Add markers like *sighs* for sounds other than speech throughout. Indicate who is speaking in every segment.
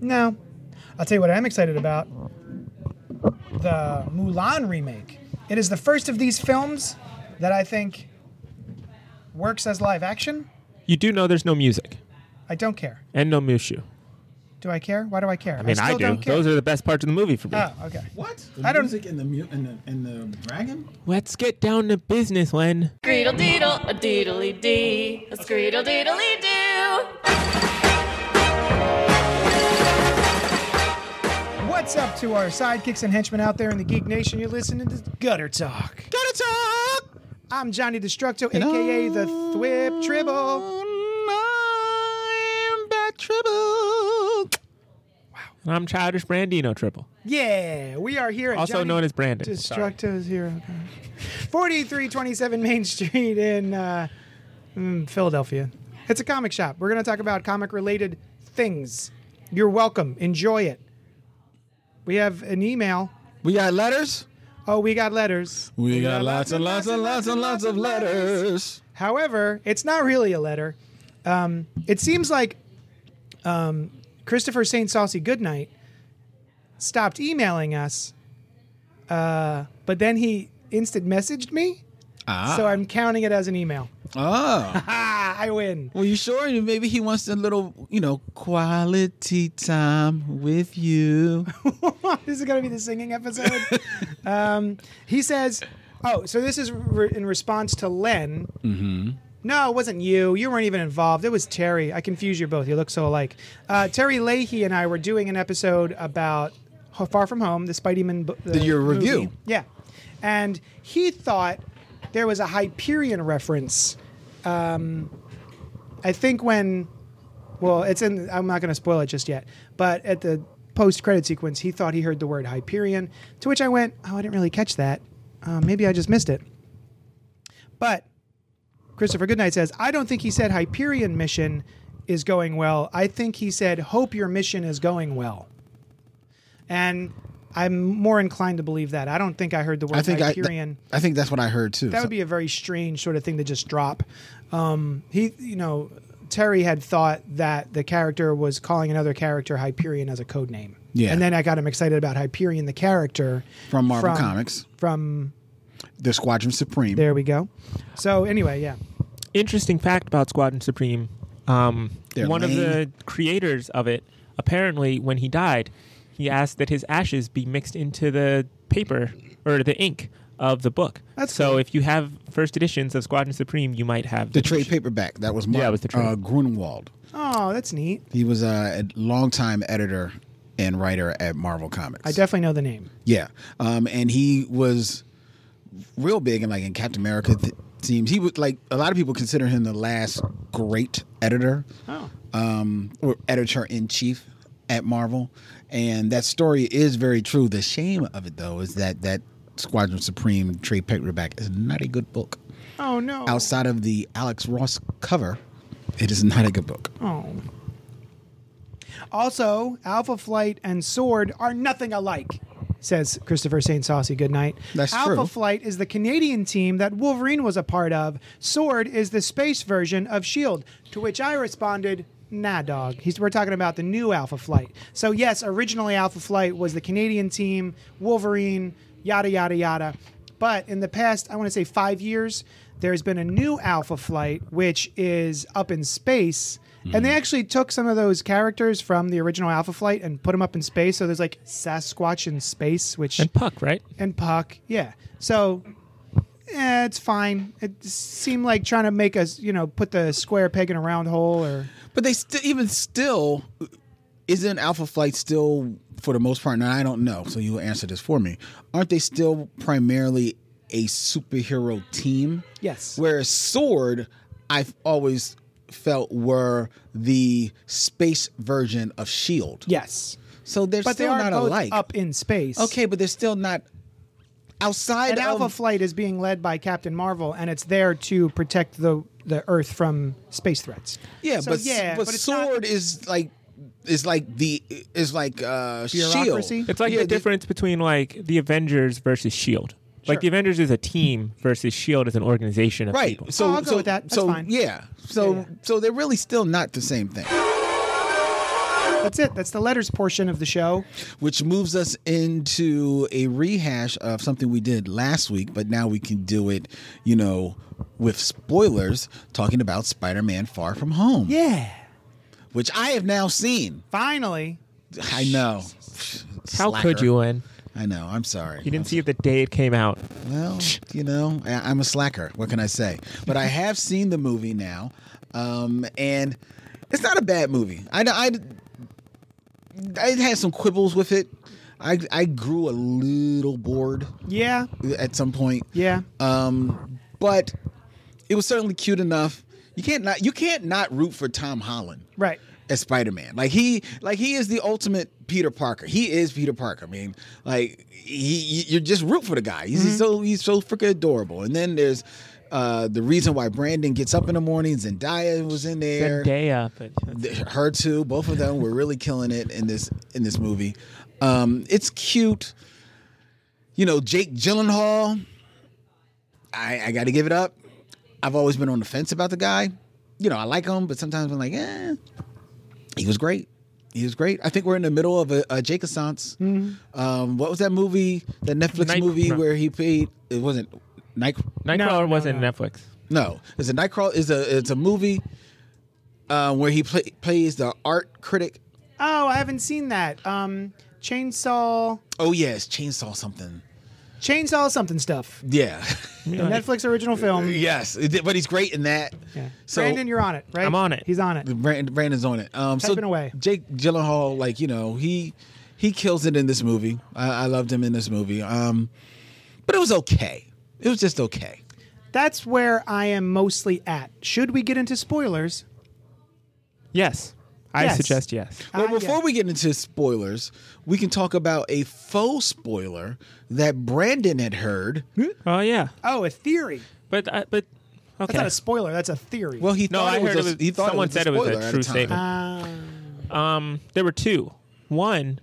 Speaker 1: No. I'll tell you what I'm excited about the Mulan remake. It is the first of these films that I think works as live action.
Speaker 2: You do know there's no music
Speaker 1: I don't care.
Speaker 2: and no Mushu.
Speaker 1: Do I care? Why do I care?
Speaker 2: I mean, I,
Speaker 1: still
Speaker 2: do.
Speaker 1: Don't care.
Speaker 2: Those are the best parts of the movie for me.
Speaker 1: Oh, okay.
Speaker 3: What? The
Speaker 1: I don't-
Speaker 3: music and the mu- and the and the dragon?
Speaker 2: Let's get down to business, Len.
Speaker 4: Screedle deedle, a deedly dee, a screedle deedly doo.
Speaker 1: What's up to our sidekicks and henchmen out there in the Geek Nation? You're listening to Gutter Talk. Gutter Talk! I'm Johnny Destructo, aka the Thwip Tribble.
Speaker 2: I'm Bat Tribble. Wow. And I'm Childish Brandino Triple,
Speaker 1: Yeah, we are here at
Speaker 2: also
Speaker 1: Johnny
Speaker 2: known as Brandon. Sorry.
Speaker 1: Destructo's Hero. 4327 Main Street in uh, mm, Philadelphia. It's a comic shop. We're going to talk about comic related things. You're welcome. Enjoy it. We have an email.
Speaker 5: We got letters.
Speaker 1: Oh, we got letters.
Speaker 5: We got lots and lots and lots and lots of letters.
Speaker 1: However, it's not really a letter. Um, it seems like um, Christopher St. Saucy Goodnight stopped emailing us, uh, but then he instant messaged me.
Speaker 5: Ah.
Speaker 1: So I'm counting it as an email.
Speaker 5: Oh.
Speaker 1: Ah, I win.
Speaker 5: Well, you sure? Maybe he wants a little, you know, quality time with you.
Speaker 1: *laughs* this is going to be the singing episode. um, he says, Oh, so this is re- in response to Len. Mm-hmm. No, it wasn't you. You weren't even involved. It was Terry. I confuse you both. You look so alike. Uh, Terry Leahy and I were doing an episode about Ho- Far From Home, the Spideyman. bu- The,
Speaker 5: your
Speaker 1: movie.
Speaker 5: review.
Speaker 1: Yeah. And he thought there was a Hyperion reference. Um, I think when well, it's in. I'm not going to spoil it just yet. But at the post-credit sequence, he thought he heard the word Hyperion, to which I went, "Oh, I didn't really catch that. Uh, maybe I just missed it." But Christopher Goodnight says, "I don't think he said Hyperion mission is going well. I think he said hope your mission is going well." And I'm more inclined to believe that. I don't think I heard the word
Speaker 5: I think I,
Speaker 1: Hyperion
Speaker 5: I think that's what I heard too.
Speaker 1: that would be a very strange sort of thing to just drop. Um, he, you know, Terry had thought that the character was calling another character Hyperion as a code name.
Speaker 5: Yeah.
Speaker 1: And then I got him excited about Hyperion, the character
Speaker 5: From Marvel Comics.
Speaker 1: From
Speaker 5: the Squadron Supreme.
Speaker 1: there we go. So anyway, yeah.
Speaker 2: Interesting fact about Squadron Supreme. Um,
Speaker 5: They're
Speaker 2: one of
Speaker 5: lame.
Speaker 2: the creators of it, apparently, when he died, he asked that his ashes be mixed into the paper or the ink of the book.
Speaker 1: That's
Speaker 2: so.
Speaker 1: cool.
Speaker 2: If you have first editions of Squadron Supreme, you might have
Speaker 5: The
Speaker 2: this.
Speaker 5: trade paperback that was Mark
Speaker 2: Yeah, it was the trade.
Speaker 5: uh, Grunwald.
Speaker 1: Oh, that's neat.
Speaker 5: He was uh, a longtime editor and writer at Marvel Comics.
Speaker 1: I definitely know the name.
Speaker 5: Yeah, um, and he was real big in like in Captain America th- teams. He was like a lot of people consider him the last great editor,
Speaker 1: Oh.
Speaker 5: um, or editor in chief at Marvel, and that story is very true. The shame of it though is that that Squadron Supreme trade paperback is not a good book.
Speaker 1: Oh no.
Speaker 5: Outside of the Alex Ross cover, it is not a good book.
Speaker 1: Oh. Also, Alpha Flight and Sword are nothing alike, says Christopher St. Saucy Goodnight.
Speaker 5: That's
Speaker 1: Alpha
Speaker 5: true.
Speaker 1: Flight is the Canadian team that Wolverine was a part of. Sword is the space version of S.H.I.E.L.D., E to which I responded, nah, dog. He's, we're talking about the new Alpha Flight. So, yes, originally Alpha Flight was the Canadian team, Wolverine, yada, yada, yada. But in the past, I want to say five years, there's been a new Alpha Flight, which is up in space. And they actually took some of those characters from the original Alpha Flight and put them up in space. So there's like Sasquatch in space, which
Speaker 2: and Puck, right?
Speaker 1: and Puck. Yeah. So eh, it's fine. It seemed like trying to make us, you know, put the square peg in a round hole or
Speaker 5: But they still, even still, isn't Alpha Flight still, for the most part, and I don't know, so you'll answer this for me. Aren't they still primarily a superhero team?
Speaker 1: yes.
Speaker 5: Whereas Sword, I've always felt were the space version of Shield.
Speaker 1: yes.
Speaker 5: E So they're
Speaker 1: But they
Speaker 5: still
Speaker 1: are
Speaker 5: not
Speaker 1: both
Speaker 5: alike.
Speaker 1: up in space.
Speaker 5: Okay, um, but they're still not outside
Speaker 1: And
Speaker 5: of
Speaker 1: Alpha Flight is being led by Captain Marvel and it's there to protect the the Earth from space thets.
Speaker 5: Yeah,
Speaker 1: So,
Speaker 5: but s-
Speaker 1: yeah,
Speaker 5: but,
Speaker 1: but it's not-
Speaker 5: Sword is like is like the is like uh
Speaker 1: Bureaucracy?
Speaker 5: Shield.
Speaker 2: It's like
Speaker 5: Yeah,
Speaker 2: the
Speaker 5: they-
Speaker 2: difference between like the Avengers versus Shield. E Like the Avengers is a team versus Shield E is an organization of
Speaker 5: Right.
Speaker 2: people.
Speaker 5: So
Speaker 1: Oh, I'll go
Speaker 5: so,
Speaker 1: with that. That's
Speaker 5: so
Speaker 1: fine.
Speaker 5: yeah. So
Speaker 1: Yeah, yeah.
Speaker 5: so they're really still not the same thing.
Speaker 1: That's it. That's the letters portion of the show.
Speaker 5: which moves us into a rehash of something we did last week, but now we can do it, you know, with spoilers, talking about Spider Man Far From Home,
Speaker 1: Yeah.
Speaker 5: which I have now seen.
Speaker 1: Finally.
Speaker 5: I know.
Speaker 2: How
Speaker 5: E Slacker.
Speaker 2: could you win?
Speaker 5: I know. I'm sorry.
Speaker 2: You didn't see it the day it came out.
Speaker 5: Well, you know, I, I'm a slacker. What can I say? But I have *laughs* seen the movie now, um, and it's not a bad movie. I, I, I had some quibbles with it. I, I grew a little bored
Speaker 1: Yeah.
Speaker 5: at some point.
Speaker 1: Yeah.
Speaker 5: Um, but it was certainly cute enough. You can't not you can't not root for Tom Holland
Speaker 1: right.
Speaker 5: as Spider-Man. Like he like he is the ultimate Peter Parker. He is Peter Parker. I mean, like he, you're just root for the guy. He's, he's so he's so freaking adorable. And then there's uh, the reason why Brandon gets up in the morning. Zendaya was in there.
Speaker 2: Zendaya, but
Speaker 5: Th- Her too. Both of them were really killing it in this in this movie. Um, it's cute. You know, Jake Gyllenhaal. I, I got to give it up. I've always been on the fence about the guy. You know, I like him, but sometimes I'm like, eh. He was great. He was great. I think we're in the middle of a, a Jake Assance. Um, what was that movie? That Netflix
Speaker 2: Night-
Speaker 5: movie
Speaker 2: no.
Speaker 5: where he played? It wasn't Night.
Speaker 2: Nightcrawler
Speaker 1: no,
Speaker 2: wasn't
Speaker 1: no.
Speaker 2: Netflix.
Speaker 5: No, it's a Nightcrawler. Is a it's a movie uh, where he play, plays the art critic.
Speaker 1: Oh, I haven't seen that. Um, chainsaw,
Speaker 5: Oh yes, chainsaw something.
Speaker 1: chainsaw something stuff.
Speaker 5: Yeah, *laughs*
Speaker 1: The Netflix original film.
Speaker 5: yes, but he's great in that.
Speaker 1: Yeah.
Speaker 5: So-
Speaker 1: Brandon, you're on it, right?
Speaker 2: I'm on it.
Speaker 1: He's on it.
Speaker 5: Brand, Brandon's on it. Um, so
Speaker 1: Typing away.
Speaker 5: Jake Gyllenhaal, like you know, he he kills it in this movie. I, I loved him in this movie. Um, but it was okay. It was just okay.
Speaker 1: That's where I am mostly at. Should we get into spoilers?
Speaker 2: Yes. I
Speaker 1: Yes.
Speaker 2: suggest yes.
Speaker 5: Well,
Speaker 1: Ah, yeah.
Speaker 5: before we get into spoilers, we can talk about a faux spoiler that Brandon had heard.
Speaker 1: Hmm?
Speaker 2: Oh yeah,
Speaker 1: Oh, a theory.
Speaker 2: but I but okay.
Speaker 1: That's not a spoiler. That's a theory.
Speaker 5: Well, he
Speaker 2: No,
Speaker 5: thought
Speaker 2: I
Speaker 5: it was
Speaker 2: heard
Speaker 5: a,
Speaker 2: it was-
Speaker 5: he thought
Speaker 2: someone
Speaker 5: it was
Speaker 2: said
Speaker 5: a
Speaker 2: it was a
Speaker 5: spoiler at
Speaker 2: true
Speaker 5: time.
Speaker 2: statement.
Speaker 1: uh,
Speaker 2: Ah. Um, there were two. One,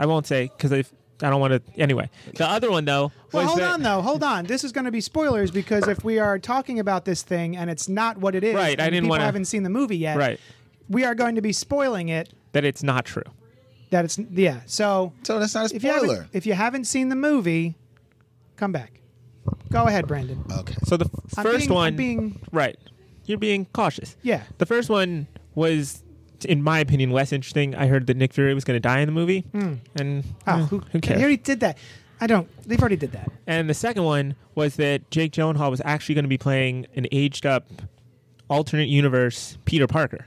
Speaker 2: I won't say because I don't want to. Anyway, the other one though.
Speaker 1: well,
Speaker 2: was
Speaker 1: hold
Speaker 2: that-
Speaker 1: on though. Hold on. This is going to be spoilers because if we are talking about this thing and it's not what it is,
Speaker 2: Right, I
Speaker 1: and
Speaker 2: didn't
Speaker 1: people
Speaker 2: wanna-
Speaker 1: haven't seen the movie yet.
Speaker 2: Right,
Speaker 1: We are going to be spoiling it.
Speaker 2: that it's not true.
Speaker 1: That it's yeah. So
Speaker 5: So that's not a
Speaker 1: if you
Speaker 5: spoiler.
Speaker 1: haven't, if you haven't seen the movie, come back. Go aahead, Brandon.
Speaker 5: Okay.
Speaker 2: So the
Speaker 1: I'm
Speaker 2: 1st
Speaker 1: being- I'm
Speaker 2: one,
Speaker 1: being-
Speaker 2: right, you're being cautious.
Speaker 1: Yeah.
Speaker 2: The first one was, in my opinion, less interesting. I heard that Nick Fury was going to die in the movie, and
Speaker 1: Oh,
Speaker 2: eh,
Speaker 1: who,
Speaker 2: who cares?
Speaker 1: They already did that. I don't. They've already did that.
Speaker 2: And the second one was that Jake Gyllenhaal was actually going to be playing an aged up alternate universe Peter Parker.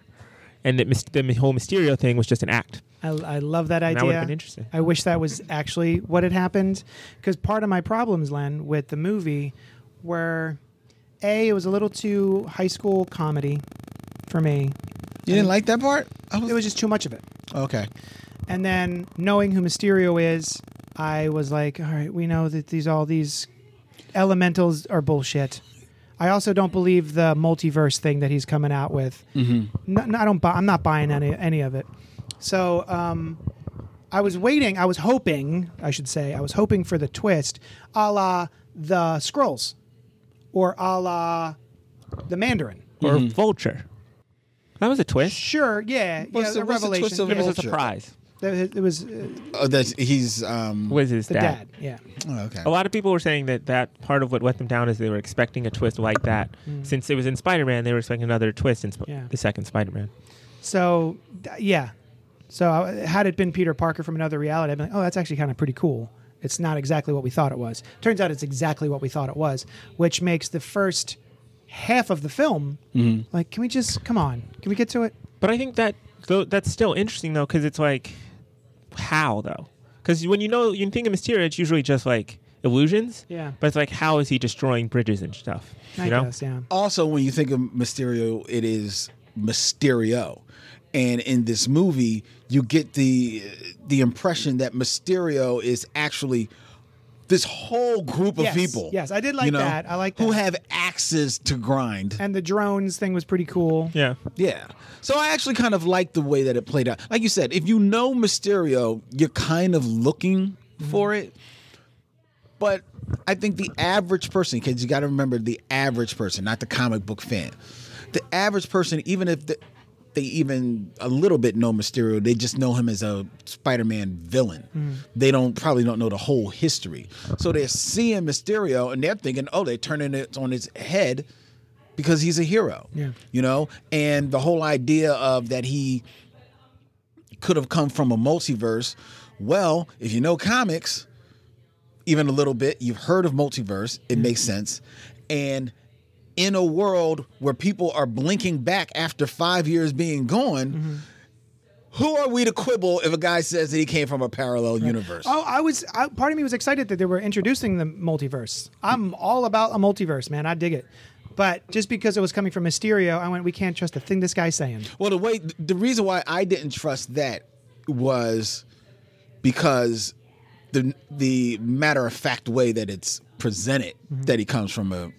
Speaker 2: And that mys- the whole Mysterio thing was just an act.
Speaker 1: I, I love that idea.
Speaker 2: that would've been interesting.
Speaker 1: I wish that was actually what had happened, because part of my problems, Len, with the movie, were a it was a little too high school comedy for me.
Speaker 5: You didn't like that part? I
Speaker 1: It was just too much of it.
Speaker 5: okay.
Speaker 1: And then knowing who Mysterio is, I was like, all right, we know that these all these elementals are bullshit. I also don't believe the multiverse thing that he's coming out with. Mm-hmm. No, no, I don't. Buy, I'm not buying any any of it. So um, I was waiting. I was hoping, I should say, I was hoping for the twist, a la the Scrolls, or a la the Mandarin.
Speaker 2: Or Vulture. That was a twist.
Speaker 1: Sure, yeah,
Speaker 5: What's
Speaker 1: yeah,
Speaker 5: the-
Speaker 1: a
Speaker 5: what's the
Speaker 1: revelation.
Speaker 5: twist of
Speaker 2: It was a
Speaker 5: Vulture.
Speaker 2: surprise.
Speaker 1: It was uh,
Speaker 5: Oh, that's he's um.
Speaker 2: Was his
Speaker 1: the dad. Yeah.
Speaker 5: oh, okay.
Speaker 2: A lot of people were saying that that part of what let them down is they were expecting a twist like that. Since it was in Spider Man, they were expecting another twist in Sp-
Speaker 1: Mm. Yeah.
Speaker 2: the second Spider Man.
Speaker 1: So, d- yeah. So, I- had it been Peter Parker from another reality, I'd be like, oh, that's actually kind of pretty cool. It's not exactly what we thought it was. Turns out it's exactly what we thought it was, which makes the first half of the film like, can we just, come on, can we get to it?
Speaker 2: But I think that though that's still interesting though, because it's like, how though? Because when you know you think of Mysterio, it's usually just like illusions.
Speaker 1: Yeah.
Speaker 2: But it's like, how is he destroying bridges and stuff?
Speaker 1: I
Speaker 2: you know.
Speaker 1: guess, yeah.
Speaker 5: also, when you think of Mysterio, it is Mysterio, and in this movie, you get the the impression that Mysterio is actually this whole group of
Speaker 1: Yes,
Speaker 5: people.
Speaker 1: yes, I did like that. I like
Speaker 5: who
Speaker 1: that.
Speaker 5: have axes to grind.
Speaker 1: And the drones thing was pretty cool.
Speaker 2: Yeah.
Speaker 5: Yeah. So I actually kind of like the way that it played out. Like you said, if you know Mysterio, you're kind of looking for it. But I think the average person, because you got to remember the average person, not the comic book fan. The average person, even if the, they even a little bit know Mysterio. They just know him as a Spider-Man villain. They don't probably don't know the whole history. So they're seeing Mysterio and they're thinking, oh, they're turning it on its head because he's a hero.
Speaker 1: Yeah.
Speaker 5: You know, and the whole idea of that he could have come from a multiverse. Well, if you know comics, even a little bit, you've heard of multiverse. It makes
Speaker 1: Mm-hmm.
Speaker 5: sense. And in a world where people are blinking back after five years being gone,
Speaker 1: Mm-hmm.
Speaker 5: who are we to quibble if a guy says that he came from a parallel universe?
Speaker 1: Oh, I was. I, part of me was excited that they were introducing the multiverse. I'm all about a multiverse, man. I dig it. But just because it was coming from Mysterio, I went, we can't trust a thing this guy's saying.
Speaker 5: Well, the way the reason why I didn't trust that was because the the matter of fact way that it's presented
Speaker 1: Mm-hmm.
Speaker 5: that he comes from a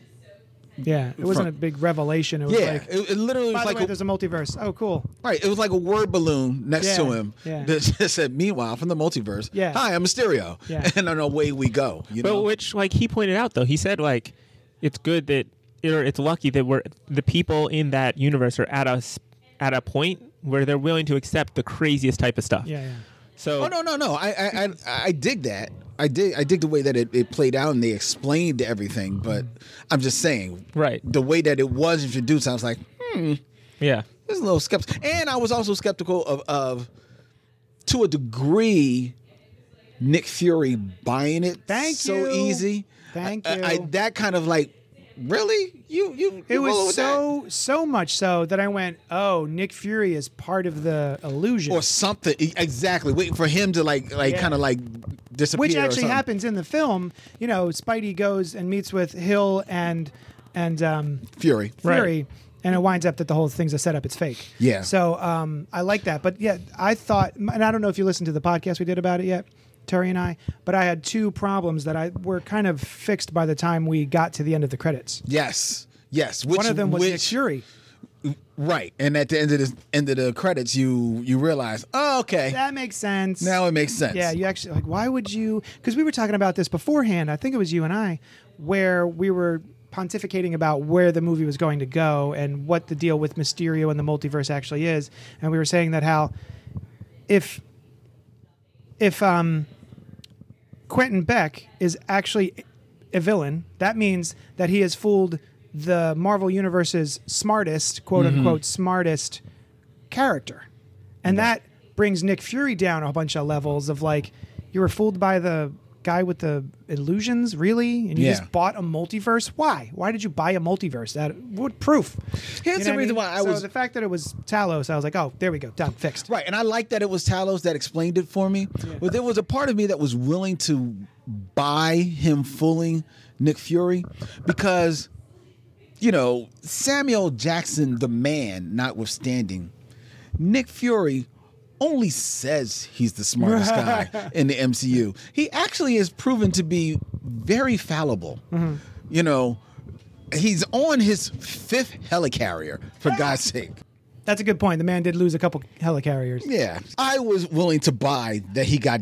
Speaker 1: Yeah, it wasn't a big revelation. It was
Speaker 5: yeah.
Speaker 1: like,
Speaker 5: it, it literally
Speaker 1: by
Speaker 5: was
Speaker 1: the
Speaker 5: like
Speaker 1: way,
Speaker 5: a,
Speaker 1: there's a multiverse. Oh, cool.
Speaker 5: right. It was like a word balloon next to
Speaker 1: Yeah,
Speaker 5: him
Speaker 1: yeah.
Speaker 5: that *laughs* just said, "Meanwhile, from the multiverse,
Speaker 1: Yeah.
Speaker 5: hi, I'm Mysterio,"
Speaker 1: Yeah.
Speaker 5: *laughs* and then away we go. You know,
Speaker 2: But which, like he pointed out, though he said, like it's good that or it's lucky that we're the people in that universe are at us at a point where they're willing to accept the craziest type of stuff.
Speaker 1: Yeah, yeah.
Speaker 2: So
Speaker 5: Oh no no no! I I I, I dig that. I dig I dig the way that it, it played out and they explained everything. But I'm just saying,
Speaker 2: Right.
Speaker 5: The way that it was introduced, I was like,
Speaker 2: yeah,
Speaker 5: there's a little skeptical, and I was also skeptical of of to a degree. Nick Fury buying it
Speaker 1: Thank
Speaker 5: so
Speaker 1: you.
Speaker 5: easy.
Speaker 1: Thank
Speaker 5: I, I, I-
Speaker 1: you.
Speaker 5: that kind of like, really? You you?
Speaker 1: It
Speaker 5: you roll
Speaker 1: was
Speaker 5: with that?
Speaker 1: so so much so that I went, oh, Nick Fury is part of the illusion,
Speaker 5: or something. E- Exactly. Waiting for him to like like
Speaker 1: Yeah.
Speaker 5: kind of like disappear.
Speaker 1: which
Speaker 5: or
Speaker 1: actually
Speaker 5: something.
Speaker 1: happens in the film. You know, Spidey goes and meets with Hill and and um,
Speaker 5: Fury.
Speaker 1: Fury, and it winds up that the whole thing's a setup. It's fake.
Speaker 5: Yeah.
Speaker 1: So um, I like that. But yeah, I thought, and I don't know if you listened to the podcast we did about it yet, Terry and I, but I had two problems that I were kind of fixed by the time we got to the end of the credits.
Speaker 5: Yes. Yes. Which,
Speaker 1: One of them was
Speaker 5: which,
Speaker 1: Nick Fury.
Speaker 5: Right. And at the end of the end of the credits, you you realize, oh, okay,
Speaker 1: That makes sense.
Speaker 5: now it makes sense.
Speaker 1: Yeah, you actually like. Why would you? Because we were talking about this beforehand. I think it was you and I, where we were pontificating about where the movie was going to go and what the deal with Mysterio and the multiverse actually is, and we were saying that how if if um Quentin Beck is actually a villain, that means that he has fooled the Marvel Universe's smartest, quote
Speaker 5: Mm-hmm.
Speaker 1: unquote, smartest character. And that brings Nick Fury down a bunch of levels of like, you were fooled by the guy with the illusions, really? And you
Speaker 5: Yeah.
Speaker 1: just bought a multiverse? Why? Why did you buy a multiverse? That what proof?
Speaker 5: Here's the
Speaker 1: what
Speaker 5: reason why I
Speaker 1: So
Speaker 5: was-
Speaker 1: the fact that it was Talos, I was like, oh, there we go, done, fixed.
Speaker 5: Right. And I like that it was Talos that explained it for me. But there was a part of me that was willing to buy him fooling Nick Fury because, you know, Samuel Jackson, the man, notwithstanding, Nick Fury only says he's the smartest guy in the MCU. He actually is proven to be very fallible. You know, he's on his fifth helicarrier, for God's sake.
Speaker 1: That's a good point. The man did lose a couple helicarriers.
Speaker 5: Yeah. I was willing to buy that he got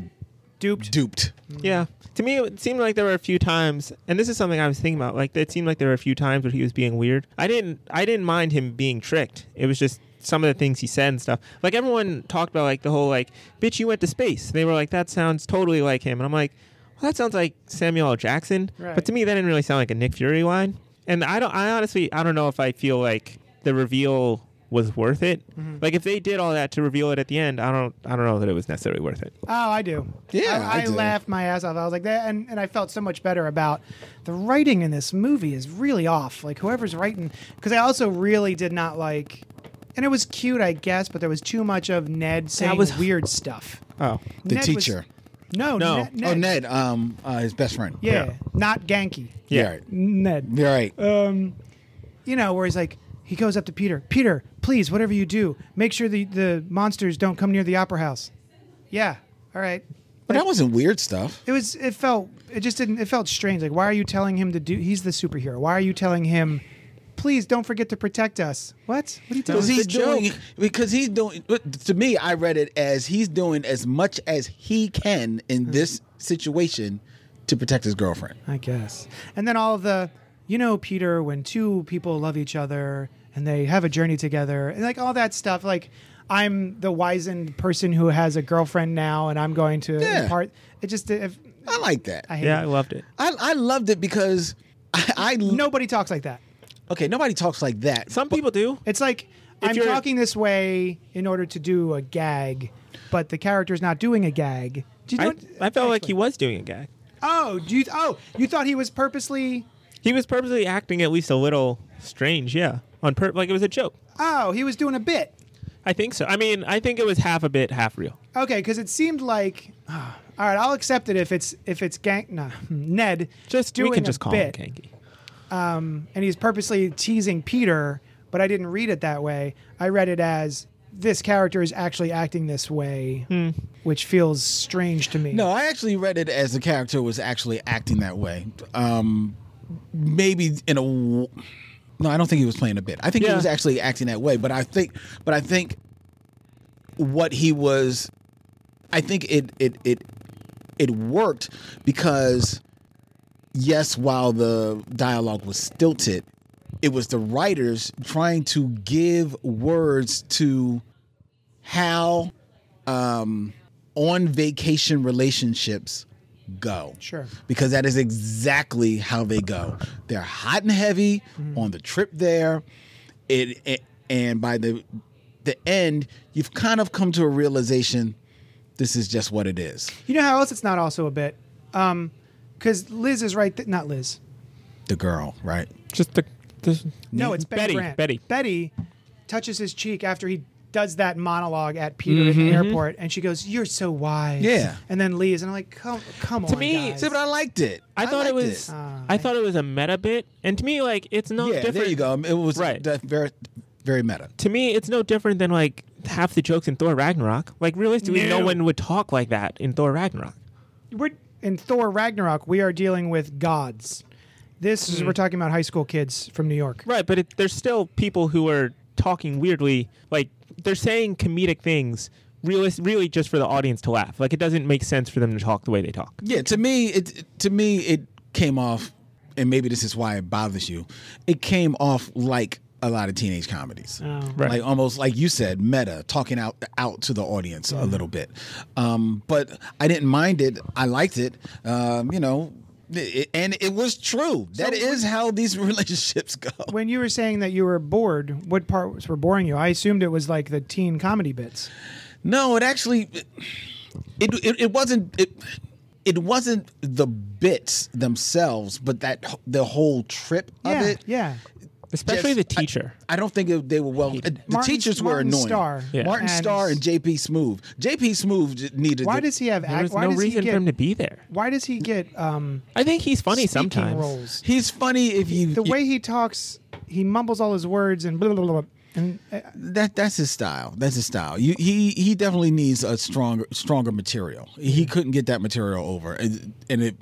Speaker 1: Duped.
Speaker 5: duped.
Speaker 2: yeah. To me, it seemed like there were a few times, and this is something I was thinking about. Like it seemed like there were a few times where he was being weird. I didn't, I didn't mind him being tricked. It was just some of the things he said and stuff. Like everyone talked about, like the whole like, "Bitch, you went to space." They were like, "That sounds totally like him," and I'm like, "Well, that sounds like Samuel L. Jackson."
Speaker 1: Right.
Speaker 2: But to me, that didn't really sound like a Nick Fury line. And I don't, I honestly, I don't know if I feel like the reveal was worth it. Like if they did all that to reveal it at the end, I don't, I don't know that it was necessarily worth it.
Speaker 1: Oh, I do.
Speaker 5: Yeah,
Speaker 1: I,
Speaker 5: I do.
Speaker 1: laughed my ass off. I was like that, and, and I felt so much better about the writing in this movie is really off. Like whoever's writing, because I also really did not like, and it was cute, I guess, but there was too much of Ned saying
Speaker 2: was-
Speaker 1: weird stuff.
Speaker 2: Oh.
Speaker 5: The
Speaker 1: Ned was-
Speaker 5: teacher.
Speaker 1: no,
Speaker 2: No.
Speaker 1: Ned, Ned.
Speaker 5: Oh, Ned, um, uh, his best friend.
Speaker 1: Yeah,
Speaker 2: Yeah.
Speaker 1: not Ganky.
Speaker 5: Yeah.
Speaker 2: Yeah.
Speaker 5: Right.
Speaker 1: Ned.
Speaker 5: You're right.
Speaker 1: you know, where he's like, he goes up to Peter, Peter, please, whatever you do, make sure the, the monsters don't come near the opera house. Yeah, all right.
Speaker 5: but that wasn't weird stuff.
Speaker 1: It was, it felt, it just didn't, it felt strange. Like, why are you telling him to do, he's the superhero. Why are you telling him, please don't forget to protect us? What? What are you
Speaker 5: Because
Speaker 1: telling
Speaker 5: he's
Speaker 1: us?
Speaker 5: doing, because he's doing. To me, I read it as he's doing as much as he can in this situation to protect his girlfriend.
Speaker 1: I guess. And then all of the, you know, Peter, when two people love each other, and they have a journey together and like all that stuff. Like I'm the wizened person who has a girlfriend now, and I'm going to
Speaker 5: Yeah.
Speaker 1: impart. It just if,
Speaker 5: I like that.
Speaker 1: I
Speaker 5: I
Speaker 1: hate
Speaker 2: Yeah, I
Speaker 1: it.
Speaker 2: loved it.
Speaker 5: I, loved it because I, I no.
Speaker 1: nobody talks like that.
Speaker 5: Okay, nobody talks like that.
Speaker 2: Some people do.
Speaker 1: It's like
Speaker 2: If
Speaker 1: I'm
Speaker 2: you're-
Speaker 1: talking this way in order to do a gag, but the character's not doing a gag. Do you
Speaker 2: I,
Speaker 1: know
Speaker 2: I
Speaker 1: what-
Speaker 2: felt like he was doing a gag.
Speaker 1: Oh, do you? Oh, you thought he was purposely?
Speaker 2: He was purposely acting at least a little strange. Yeah, on pur- like it was a joke.
Speaker 1: Oh, he was doing a bit.
Speaker 2: I think so. I mean, I think it was half a bit, half real.
Speaker 1: Okay, because it seemed like. *sighs* ah, all right, I'll accept it if it's if it's gang. Nah, *laughs* Ned
Speaker 2: Just
Speaker 1: doing
Speaker 2: we can
Speaker 1: a
Speaker 2: just call
Speaker 1: bit,
Speaker 2: him Kanky.
Speaker 1: and he's purposely teasing Peter. But I didn't read it that way. I read it as this character is actually acting this way,
Speaker 2: Hmm.
Speaker 1: which feels strange to me.
Speaker 5: No, I actually read it as the character was actually acting that way. Um, maybe in a. w- No, I don't think he was playing a bit. I think he
Speaker 2: Yeah.
Speaker 5: was actually acting that way. But I think, but I think what he was, I think it it it it worked because yes, while the dialogue was stilted, it was the writers trying to give words to how um, on vacation relationships go.
Speaker 1: Sure.
Speaker 5: Because that is exactly how they go. They're hot and heavy
Speaker 2: Mm-hmm.
Speaker 5: on the trip there. It, it and by the the end, you've kind of come to a realization this is just what it is.
Speaker 1: You know how else it's not also a bit? Because Liz is right. Th- not Liz.
Speaker 5: The girl, right?
Speaker 2: Just the, the
Speaker 1: No, it's Betty.
Speaker 2: Betty.
Speaker 1: Grant.
Speaker 2: Betty.
Speaker 1: Betty touches his cheek after he does that monologue at Peter in
Speaker 2: Mm-hmm.
Speaker 1: the airport, and she goes, "You're so wise."
Speaker 5: Yeah.
Speaker 1: And then leaves, and I'm like, "Come, come
Speaker 2: To
Speaker 1: on,
Speaker 2: me-
Speaker 1: guys.
Speaker 5: See, but I liked it.
Speaker 2: I thought it
Speaker 5: liked
Speaker 2: was.
Speaker 5: it.
Speaker 2: I thought it was a meta bit, and to me, like it's no
Speaker 5: yeah,
Speaker 2: different.
Speaker 5: there you go. Um, It was
Speaker 2: Right.
Speaker 5: de- very, very meta.
Speaker 2: To me, it's no different than like half the jokes in Thor Ragnarok. Like realistically, no,
Speaker 1: No.
Speaker 2: one would talk like that in Thor Ragnarok.
Speaker 1: we're in Thor Ragnarok. We are dealing with gods. This is we're talking about high school kids from New York.
Speaker 2: Mm. Right, but it, there's still people who are talking weirdly. Like they're saying comedic things, realist, really just for the audience to laugh. Like it doesn't make sense for them to talk the way they talk.
Speaker 5: Yeah, to me, it to me it came off, and maybe this is why it bothers you. It came off like a lot of teenage comedies,
Speaker 2: Right.
Speaker 5: like almost like you said, meta, talking out out to the audience a little bit. Um, but I didn't mind it. I liked it. Um, you know. It, and it was true. That is how these *laughs* relationships go.
Speaker 1: When you were saying that you were bored, what parts were boring you? I assumed it was like the teen comedy bits.
Speaker 5: No, it actually it it, it wasn't it it wasn't the bits themselves, but that h- the whole trip
Speaker 1: yeah,
Speaker 5: of it.
Speaker 1: yeah.
Speaker 2: Especially
Speaker 5: Just-
Speaker 2: the teacher.
Speaker 5: I don't think it, they were well. uh, the
Speaker 1: Martin-
Speaker 5: teachers were
Speaker 1: Martin
Speaker 5: annoying.
Speaker 1: Starr Yeah.
Speaker 5: Martin
Speaker 1: and-
Speaker 5: Starr and JP Smooth. JP Smooth j- needed.
Speaker 1: Why
Speaker 5: to-
Speaker 1: does he have?
Speaker 2: There
Speaker 1: Act,
Speaker 2: was
Speaker 1: why
Speaker 2: no
Speaker 1: does he
Speaker 2: reason
Speaker 1: get-
Speaker 2: for him to be there.
Speaker 1: Why does he get um,
Speaker 2: I think he's funny
Speaker 1: speaking
Speaker 2: sometimes.
Speaker 1: roles?
Speaker 5: He's funny if you
Speaker 1: the
Speaker 5: you-
Speaker 1: way he talks, he mumbles all his words and blah blah blah. blah. And uh,
Speaker 5: that that's his style. That's his style. You, he he definitely needs a stronger stronger material. He couldn't get that material over, and, and it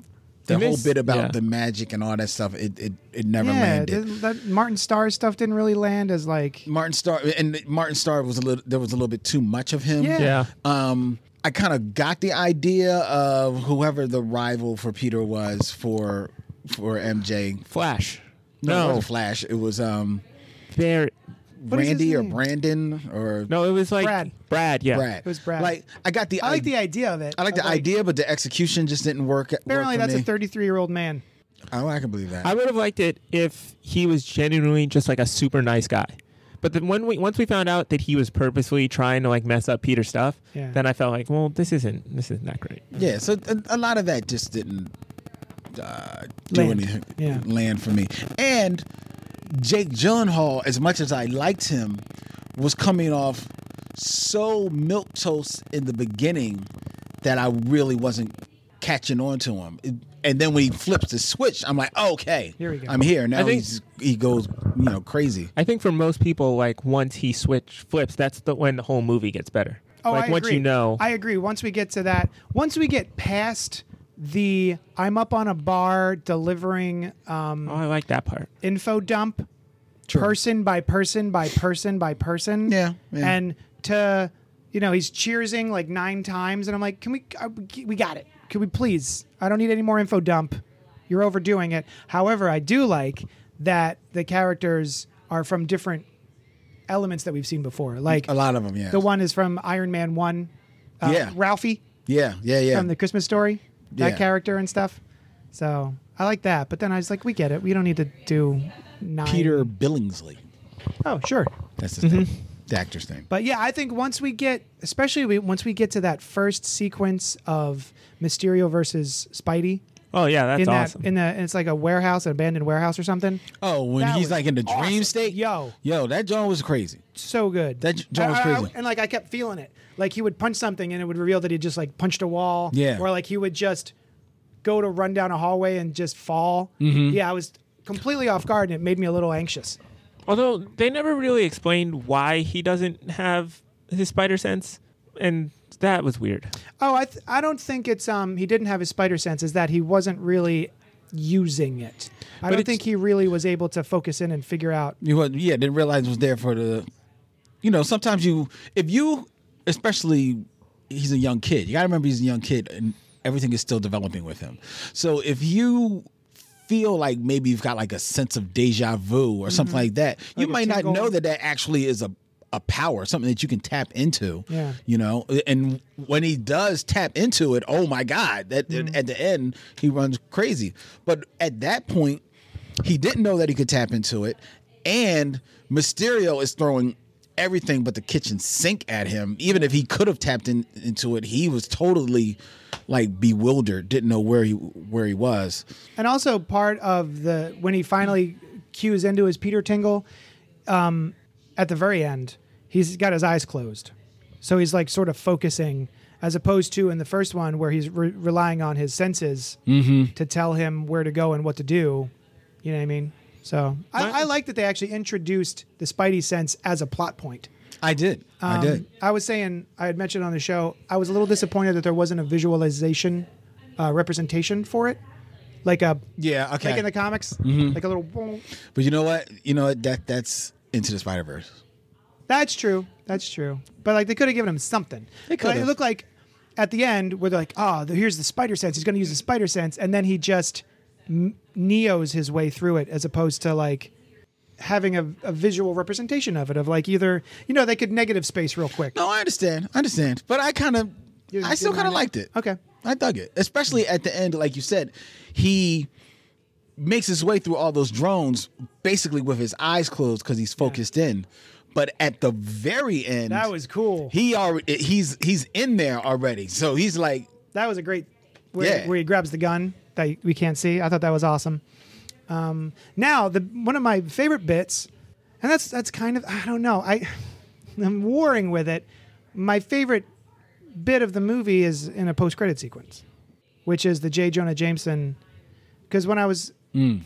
Speaker 5: the
Speaker 2: And
Speaker 5: whole
Speaker 2: this-
Speaker 5: bit about
Speaker 2: yeah.
Speaker 5: the magic and all that stuff. It it, it never
Speaker 1: yeah,
Speaker 5: landed.
Speaker 1: th- that Martin Starr stuff didn't really land as like.
Speaker 5: Martin Starr and Martin Starr was a little there was a little bit too much of him.
Speaker 1: Yeah.
Speaker 2: Yeah. Uh,
Speaker 5: Um I kind of got the idea of whoever the rival for Peter was for for MJ.
Speaker 2: Flash.
Speaker 5: No, it
Speaker 2: No.
Speaker 5: wasn't Flash. It was um
Speaker 1: is
Speaker 2: There.
Speaker 1: his
Speaker 5: Randy or
Speaker 1: name?
Speaker 5: Brandon or
Speaker 2: No, it was like
Speaker 1: Brad.
Speaker 2: Brad. Yeah.
Speaker 5: Brad. It
Speaker 1: was Brad.
Speaker 5: Like I got the
Speaker 1: I like the idea of it.
Speaker 5: I like the
Speaker 1: Of,
Speaker 5: idea, but the execution just didn't work.
Speaker 1: Apparently,
Speaker 5: work for
Speaker 1: that's a
Speaker 5: me.
Speaker 1: thirty-three-year-old man.
Speaker 5: Oh, I can believe that.
Speaker 2: I would have liked it if he was genuinely just like a super nice guy. But then when we once we found out that he was purposely trying to like mess up Peter's stuff,
Speaker 1: Yeah.
Speaker 2: then I felt like, well, this isn't this isn't that great.
Speaker 5: yeah, so a, a lot of that just didn't uh, do
Speaker 1: Land.
Speaker 5: anything
Speaker 1: Yeah.
Speaker 5: land for me. And Jake Gyllenhaal, as much as I liked him, was coming off so milk toast in the beginning that I really wasn't catching on to him. It- and then when he flips the switch, I'm like, okay,
Speaker 1: Here we go.
Speaker 5: I'm here now.
Speaker 2: think-
Speaker 5: he's, he goes, you know, crazy.
Speaker 2: I think for most people, like once he switch flips, that's the when the whole movie gets better.
Speaker 1: Oh,
Speaker 2: like
Speaker 1: I
Speaker 2: once
Speaker 1: agree.
Speaker 2: you know,
Speaker 1: I agree. Once we get to that, once we get past the I'm up on a bar delivering um,
Speaker 2: oh, I like that part.
Speaker 1: info dump, person by person by person by person.
Speaker 5: Yeah, yeah.
Speaker 1: And to you know, he's cheersing like nine times, and I'm like, can we? uh, We got it. Can we please? I don't need any more info dump. You're overdoing it. However, I do like that the characters are from different elements that we've seen before. Like
Speaker 5: A lot of them, yeah.
Speaker 1: the one is from Iron Man One. Uh,
Speaker 5: Yeah.
Speaker 1: Ralphie
Speaker 5: Yeah, yeah, yeah.
Speaker 1: from the Christmas story, that
Speaker 5: Yeah.
Speaker 1: character and stuff. So I like that. But then I was like, we get it. We don't need to do nine.
Speaker 5: Peter Billingsley.
Speaker 1: Oh, sure.
Speaker 5: That's his name. The actor's name.
Speaker 1: But yeah, I think once we get, especially we, once we get to that first sequence of Mysterio versus Spidey
Speaker 2: Oh yeah, that's
Speaker 1: in that
Speaker 2: awesome.
Speaker 1: in the and it's like a warehouse, an abandoned warehouse or something.
Speaker 5: Oh, when
Speaker 1: That
Speaker 5: he's
Speaker 1: was
Speaker 5: like in the dream
Speaker 1: awesome.
Speaker 5: state?
Speaker 1: Yo.
Speaker 5: Yo, that John was crazy.
Speaker 1: So good.
Speaker 5: That j- joint was
Speaker 1: I- I- I-
Speaker 5: crazy.
Speaker 1: and like I kept feeling it. Like he would punch something and it would reveal that he just like punched a wall.
Speaker 5: Yeah.
Speaker 1: Or like he would just go to run down a hallway and just fall. Yeah, I was completely off guard and it made me a little anxious.
Speaker 2: Although they never really explained why he doesn't have his spider sense, and that was weird.
Speaker 1: Oh, I th- I don't think it's um he didn't have his spider sense. Is that he wasn't really using it. I don't
Speaker 2: it's-
Speaker 1: think he really was able to focus in and figure out.
Speaker 5: You wa- yeah, didn't realize it was there for the you know, sometimes you if you especially he's a young kid. You gotta remember he's a young kid and everything is still developing with him. So if you feel like maybe you've got like a sense of deja vu or something like that, you
Speaker 1: Mm-hmm. Like a
Speaker 5: might not
Speaker 1: tingle.
Speaker 5: know that that actually is a a power, something that you can tap into.
Speaker 1: Yeah.
Speaker 5: You know, and when he does tap into it, oh my God, that
Speaker 1: Mm-hmm.
Speaker 5: at the end he runs crazy. But at that point, he didn't know that he could tap into it, and Mysterio is throwing everything but the kitchen sink at him. Even if he could have tapped in, into it, he was totally like bewildered, didn't know where he where he was.
Speaker 1: And also part of the when he finally cues into his Peter Tingle, um, at the very end, he's got his eyes closed, so he's like sort of focusing, as opposed to in the first one where he's re- relying on his senses to tell him where to go and what to do. You know what I mean? So I, I like that they actually introduced the Spidey sense as a plot point.
Speaker 5: I did, I did.
Speaker 1: I was saying, I had mentioned on the show, I was a little disappointed that there wasn't a visualization uh, representation for it, like a
Speaker 5: Yeah, okay. Mm-hmm.
Speaker 1: like in the comics, like a little. boom.
Speaker 5: but you know what? You know what? That that's into the Spider Verse.
Speaker 1: That's true. That's true. But like they could have given him something. They
Speaker 5: coulda.
Speaker 1: It looked like at the end where they're like, oh, the, here's the spider sense. He's going to use the spider sense, and then he just n- neos his way through it, as opposed to like having a, a visual representation of it. Of like either you know they could negative space real quick.
Speaker 5: No, I understand. I understand. But I kind of,
Speaker 1: You-
Speaker 5: I still
Speaker 1: you
Speaker 5: kind of
Speaker 1: mind
Speaker 5: liked
Speaker 1: it?
Speaker 5: it.
Speaker 1: Okay.
Speaker 5: I dug it, especially at the end, like you said, he makes his way through all those drones basically with his eyes closed because he's focused in. But at the very end,
Speaker 1: That was cool.
Speaker 5: He already he's he's in there already, so he's like,
Speaker 1: That was a great where,
Speaker 5: Yeah.
Speaker 1: where he grabs the gun that we can't see. I thought that was awesome. Um, now the one of my favorite bits, and that's that's kind of I don't know I *laughs* I'm warring with it. My favorite bit of the movie is in a post credit sequence, which is the J Jonah Jameson. Because when I was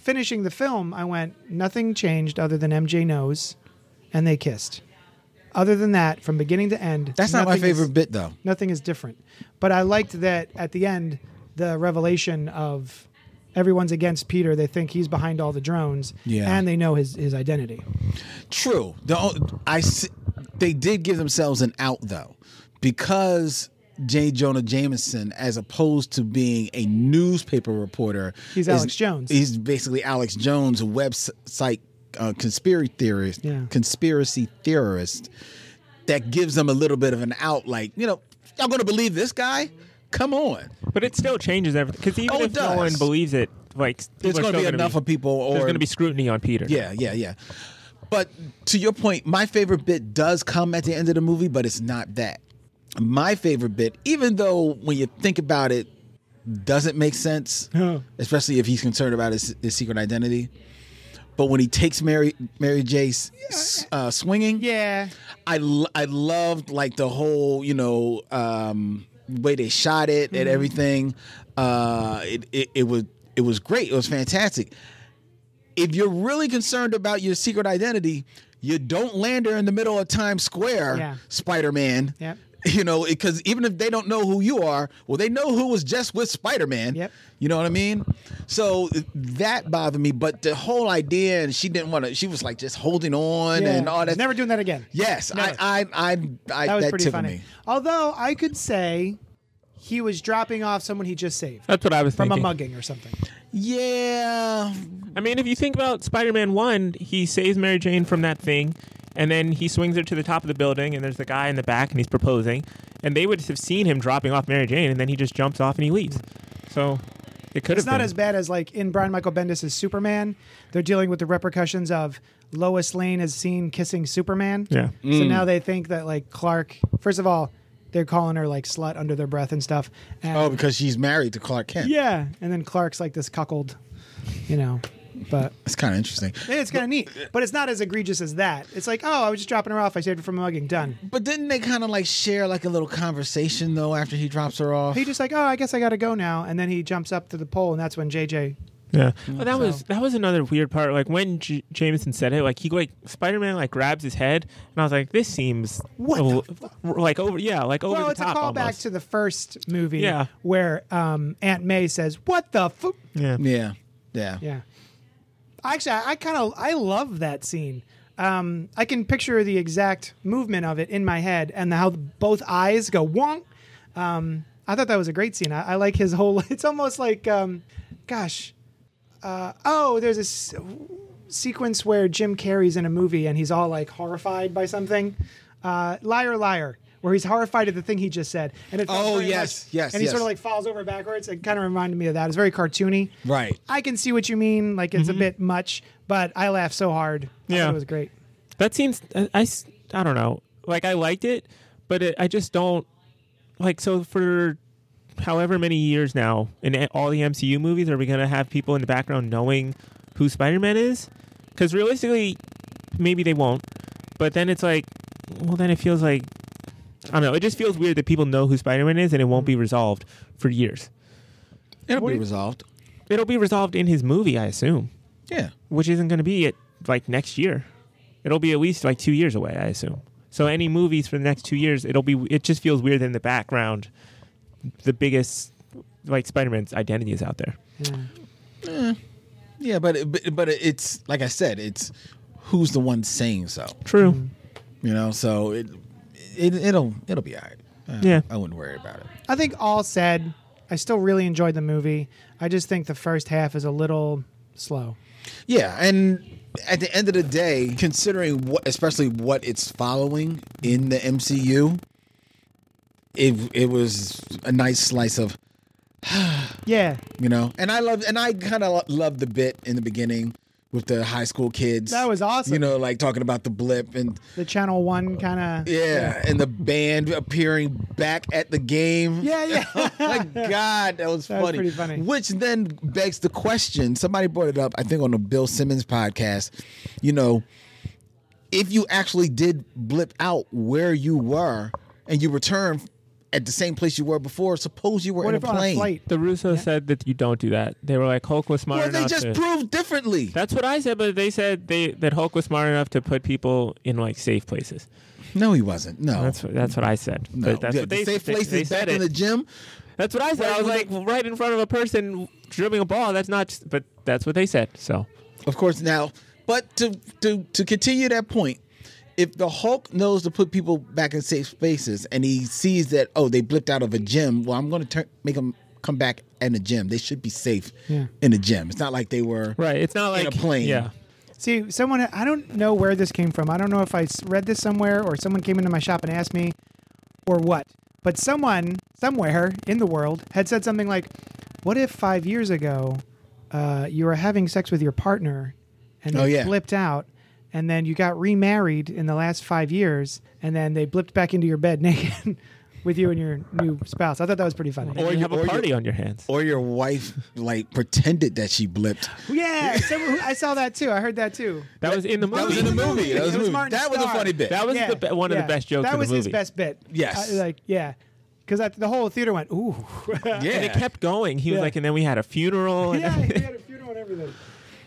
Speaker 1: finishing the film, I went nothing changed other than MJ knows, and they kissed. Other than that, from beginning to end,
Speaker 5: that's not my
Speaker 1: nothing is-
Speaker 5: favorite bit though.
Speaker 1: nothing is different. But I liked that at the end, the revelation of everyone's against Peter. They think he's behind all the drones,
Speaker 5: Yeah.
Speaker 1: and they know his his identity.
Speaker 5: True. The o- I s- they did give themselves an out though, because J. Jonah Jameson, as opposed to being a newspaper reporter,
Speaker 1: He's Alex Jones.
Speaker 5: He's basically Alex Jones, a website uh, conspiracy theorist.
Speaker 1: Yeah.
Speaker 5: Conspiracy theorist that gives them a little bit of an out. Like you know, y'all gonna believe this guy? Come on.
Speaker 2: But it still changes everything because even
Speaker 5: Oh, it
Speaker 2: if no one
Speaker 5: does.
Speaker 2: believes it, like
Speaker 5: There's
Speaker 2: going to
Speaker 5: be enough of people. Or
Speaker 2: There's going to be scrutiny on Peter.
Speaker 5: Yeah, yeah, yeah. But to your point, my favorite bit does come at the end of the movie, but it's not that. My favorite bit, even though when you think about it, doesn't make sense,
Speaker 1: Yeah.
Speaker 5: especially if he's concerned about his, his secret identity. But when he takes Mary Mary J. s- s- uh, swinging,
Speaker 1: Yeah,
Speaker 5: I, l- I loved like the whole you know um, way they shot it
Speaker 1: Mm-hmm.
Speaker 5: and everything. Uh, it, it it was it was great. It was fantastic. If you're really concerned about your secret identity, you don't land her in the middle of Times Square,
Speaker 1: Yeah.
Speaker 5: Spider Man.
Speaker 1: Yep.
Speaker 5: You know, because even if they don't know who you are, well, they know who was just with Spider Man.
Speaker 1: Yep.
Speaker 5: You know what I mean? So that bothered me. But the whole idea, and she didn't want to. She was like just holding on
Speaker 1: yeah.
Speaker 5: and all that.
Speaker 1: Never doing that again.
Speaker 5: Yes,
Speaker 1: Never.
Speaker 5: I, I, I, I,
Speaker 1: that
Speaker 5: that,
Speaker 1: was pretty
Speaker 5: tickled
Speaker 1: funny.
Speaker 5: me.
Speaker 1: Although I could say he was dropping off someone he just saved
Speaker 2: that's what I was
Speaker 1: from a
Speaker 2: thinking.
Speaker 1: mugging or something.
Speaker 5: Yeah,
Speaker 2: I mean, if you think about Spider-Man One, he saves Mary Jane from that thing. And then he swings her to the top of the building, and there's the guy in the back, and he's proposing. And they would have seen him dropping off Mary Jane, and then he just jumps off and he leaves. So it could
Speaker 1: It's
Speaker 2: have
Speaker 1: not
Speaker 2: been.
Speaker 1: as bad as like in Brian Michael Bendis' Superman. They're dealing with the repercussions of Lois Lane is seen kissing Superman.
Speaker 2: Yeah.
Speaker 1: So now they think that like Clark. First of all, they're calling her like slut under their breath and stuff. And,
Speaker 5: Oh, because she's married to Clark Kent.
Speaker 1: yeah. And then Clark's like this cuckold, you know. But
Speaker 5: It's kind of interesting.
Speaker 1: it's kind of neat. But it's not as egregious as that. It's like, oh, I was just dropping her off. I saved her from a mugging. Done.
Speaker 5: But didn't they kind of like share like a little conversation though after he drops her off?
Speaker 1: He just like, oh, I guess I gotta go now. And then he jumps up to the pole, and that's when JJ.
Speaker 2: Yeah. Well, that was that was another weird part. Like when J- Jameson said it, like he like Spider Man like grabs his head, and I was like, this seems
Speaker 1: What
Speaker 2: a-
Speaker 1: the
Speaker 2: like over yeah like over
Speaker 1: Well,
Speaker 2: the
Speaker 1: it's a
Speaker 2: top
Speaker 1: callback
Speaker 2: almost.
Speaker 1: to the first movie,
Speaker 2: Yeah.
Speaker 1: where um, Aunt May says, "What the fu-?
Speaker 2: yeah.
Speaker 5: yeah, yeah,
Speaker 1: Yeah. Actually, I, I kind of I love that scene. Um, I can picture the exact movement of it in my head and how both eyes go wonk. Um, I thought that was a great scene. I, I like his whole. *laughs* It's almost like, um, gosh, uh, oh, there's this sequence where Jim Carrey's in a movie and he's all like horrified by something. Uh, liar, liar. Where he's horrified at the thing he just said, and it felt
Speaker 5: Oh,
Speaker 1: very
Speaker 5: yes,
Speaker 1: much-
Speaker 5: yes,
Speaker 1: and he
Speaker 5: yes.
Speaker 1: sort of like falls over backwards. It kind of reminded me of that. It's very cartoony,
Speaker 5: Right.
Speaker 1: I can see what you mean. Like it's a bit much, but I laughed so hard. I thought
Speaker 2: Yeah.
Speaker 1: it was great.
Speaker 2: That seems I, I s- I don't know. Like I liked it, but it, I just don't like so for however many years now in a- all the MCU movies are we going to have people in the background knowing who Spider-Man is? Cuz realistically maybe they won't. But then it's like well then it feels like I don't know. It just feels weird that people know who Spider-Man is and it won't be resolved for years.
Speaker 5: It'll be resolved.
Speaker 2: It'll be resolved in his movie, I assume,
Speaker 5: Yeah.
Speaker 2: which isn't going to be it like next year. It'll be at least like 2 years away, I assume. So any movies for the next 2 years, it'll be it just feels weird in the background the biggest like Spider-Man's identity is out there.
Speaker 1: Yeah.
Speaker 5: Yeah, but it, but, but it's like I said, it's who's the one saying so,
Speaker 2: True.
Speaker 5: Mm. you know. So it, it it'll it'll be all right. Uh,
Speaker 2: Yeah.
Speaker 5: I wouldn't worry about it.
Speaker 1: I think all said, I still really enjoyed the movie. I just think the first half is a little slow.
Speaker 5: Yeah, and at the end of the day, considering what, especially what it's following in the MCU, it it was a nice slice of
Speaker 1: Yeah,
Speaker 5: you know, and I love and I kind of love the bit in the beginning with the high school kids.
Speaker 1: That was awesome.
Speaker 5: You know, like talking about the blip and
Speaker 1: the Channel One kind of.
Speaker 5: yeah, and the band appearing back at the game.
Speaker 1: Yeah,
Speaker 5: *laughs*
Speaker 1: yeah. *laughs*
Speaker 5: My God, that was
Speaker 1: That was
Speaker 5: funny.
Speaker 1: pretty funny.
Speaker 5: Which then begs the question. Somebody brought it up, I think, on the Bill Simmons podcast. You know, if you actually did blip out where you were and you return at the same place you were before, suppose you were
Speaker 1: what
Speaker 5: in
Speaker 1: if
Speaker 5: a
Speaker 1: on a
Speaker 5: plane.
Speaker 1: flight?
Speaker 2: The Russo said that you don't do that. They were like Hulk was smart
Speaker 5: Well, they
Speaker 2: enough
Speaker 5: just
Speaker 2: to-
Speaker 5: proved differently.
Speaker 2: That's what I said, but they said they that Hulk was smart enough to put people in like safe places.
Speaker 5: No, he wasn't. No.
Speaker 2: That's what that's what I said.
Speaker 5: no.
Speaker 2: But that's
Speaker 5: Yeah,
Speaker 2: what
Speaker 5: the
Speaker 2: they
Speaker 5: safe
Speaker 2: they-
Speaker 5: place
Speaker 2: they
Speaker 5: is
Speaker 2: said
Speaker 5: back in
Speaker 2: it.
Speaker 5: the gym.
Speaker 2: That's what I said. I was
Speaker 5: Right-
Speaker 2: like right in front of a person dribbling a ball. That's not. But that's what they said. So
Speaker 5: Of course now. But to to to continue that point, if the Hulk knows to put people back in safe spaces and he sees that oh they blipped out of a gym, well I'm going to turn make them come back in a gym. They should be safe
Speaker 1: Yeah.
Speaker 5: in a gym. It's not like they were
Speaker 2: right, it's not
Speaker 5: In
Speaker 2: like
Speaker 5: a plane.
Speaker 2: Yeah,
Speaker 1: See, someone I don't know where this came from. I don't know if I s- read this somewhere or someone came into my shop and asked me or what. But someone somewhere in the world had said something like, "What if 5 years ago uh, you were having sex with your partner and they
Speaker 5: Oh, yeah.
Speaker 1: blipped out and then you got remarried in the last 5 years and then they blipped back into your bed *laughs* naked with you and your new spouse." I thought that was pretty funny.
Speaker 2: or you have
Speaker 5: or
Speaker 2: a
Speaker 5: you-
Speaker 2: party on your hands.
Speaker 5: or your wife like pretended that she blipped.
Speaker 1: yeah, someone, I saw that too. I heard that too.
Speaker 2: That was in the movie.
Speaker 5: That was in the movie. That was,
Speaker 1: It was
Speaker 5: a movie.
Speaker 1: Martin
Speaker 5: That was a
Speaker 1: Starr.
Speaker 5: funny bit.
Speaker 2: That was the, be- one of
Speaker 1: yeah.
Speaker 2: the best jokes
Speaker 1: That
Speaker 2: in the
Speaker 1: was
Speaker 2: movie.
Speaker 1: his best bit.
Speaker 5: Yes.
Speaker 1: I- like yeah, because the whole theater went ooh.
Speaker 5: yeah.
Speaker 2: And it kept going. He was
Speaker 1: Yeah.
Speaker 2: like, and then we had a
Speaker 1: *laughs*
Speaker 2: funeral. And
Speaker 1: yeah, we had a funeral and everything.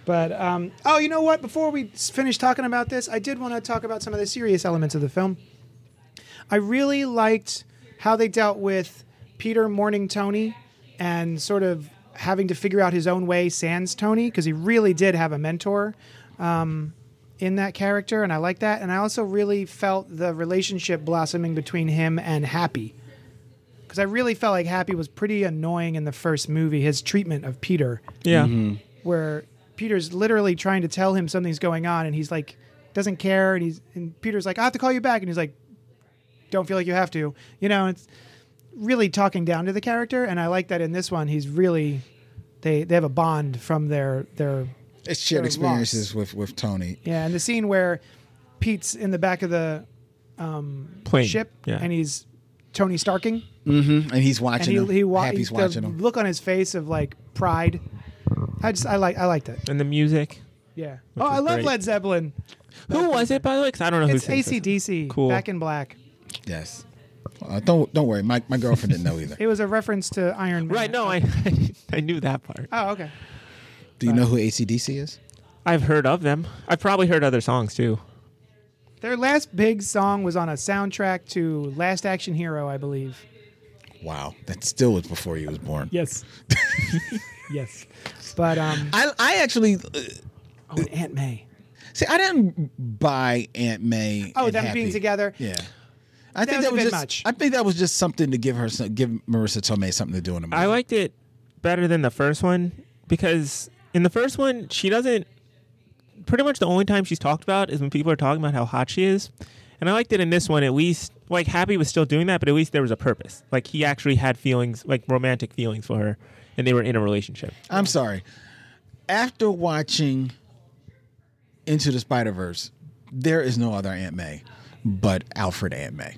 Speaker 1: But um, oh, you know what? Before we s- finish talking about this, I did want to talk about some of the serious elements of the film. I really liked how they dealt with Peter mourning Tony and sort of having to figure out his own way sans Tony because he really did have a mentor um, in that character, and I like that. And I also really felt the relationship blossoming between him and Happy. Because I really felt like Happy was pretty annoying in the first movie, his treatment of Peter,
Speaker 2: yeah.
Speaker 5: Mm-hmm.
Speaker 1: where Peter's literally trying to tell him something's going on, and he's like doesn't care, and he's and Peter's like, I have to call you back, and he's like, Don't feel like you have to, you know. It's really talking down to the character, and I like that in this one. He's really they they have a bond from their their
Speaker 5: It's shared
Speaker 1: They're
Speaker 5: experiences with with Tony.
Speaker 1: yeah, and the scene where Pete's in the back of the
Speaker 2: Plane.
Speaker 1: ship,
Speaker 2: Yeah.
Speaker 1: and he's Tony Starking,
Speaker 5: And he's watching
Speaker 1: and
Speaker 5: him.
Speaker 1: he he wa-
Speaker 5: Happy's
Speaker 1: the
Speaker 5: watching him.
Speaker 1: look on his face of like pride. I just I like I liked it.
Speaker 2: and the music.
Speaker 1: Yeah. oh,
Speaker 2: is
Speaker 1: I love
Speaker 2: great.
Speaker 1: Led Zeppelin.
Speaker 2: Who was it by the way? 'Cause I don't know
Speaker 1: It's
Speaker 2: who sings this.
Speaker 1: ACDC.
Speaker 2: Cool.
Speaker 1: Back in Black.
Speaker 5: Yes. Uh, don't don't worry. My my girlfriend didn't know either.
Speaker 1: It was a reference to Iron Man.
Speaker 2: Right? No, I *laughs* I knew that part.
Speaker 1: Oh, okay.
Speaker 5: Do you know who ACDC is?
Speaker 2: I've heard of them. I've probably heard other songs too.
Speaker 1: Their last big song was on a soundtrack to Last Action Hero, I believe.
Speaker 5: Wow, that still was before he was born.
Speaker 1: *laughs* Yes. yes. But um,
Speaker 5: I I actually uh,
Speaker 1: oh, Aunt May.
Speaker 5: see. I didn't buy Aunt May.
Speaker 1: Oh,
Speaker 5: and
Speaker 1: them
Speaker 5: Happy.
Speaker 1: being together.
Speaker 5: Yeah. I think
Speaker 1: was
Speaker 5: that
Speaker 1: a
Speaker 5: was
Speaker 1: bit
Speaker 5: just.
Speaker 1: much.
Speaker 5: I think that was just something to give her, some, give Marissa Tomei something to do in a movie.
Speaker 2: I liked it better than the first one because in the first one she doesn't. Pretty much the only time she's talked about is when people are talking about how hot she is, and I liked it in this one at least. Like Happy was still doing that, but at least there was a purpose. Like he actually had feelings, like romantic feelings for her, and they were in a relationship.
Speaker 5: I'm sorry. After watching Into the Spider Verse, there is no other Aunt May but Alfred Aunt May.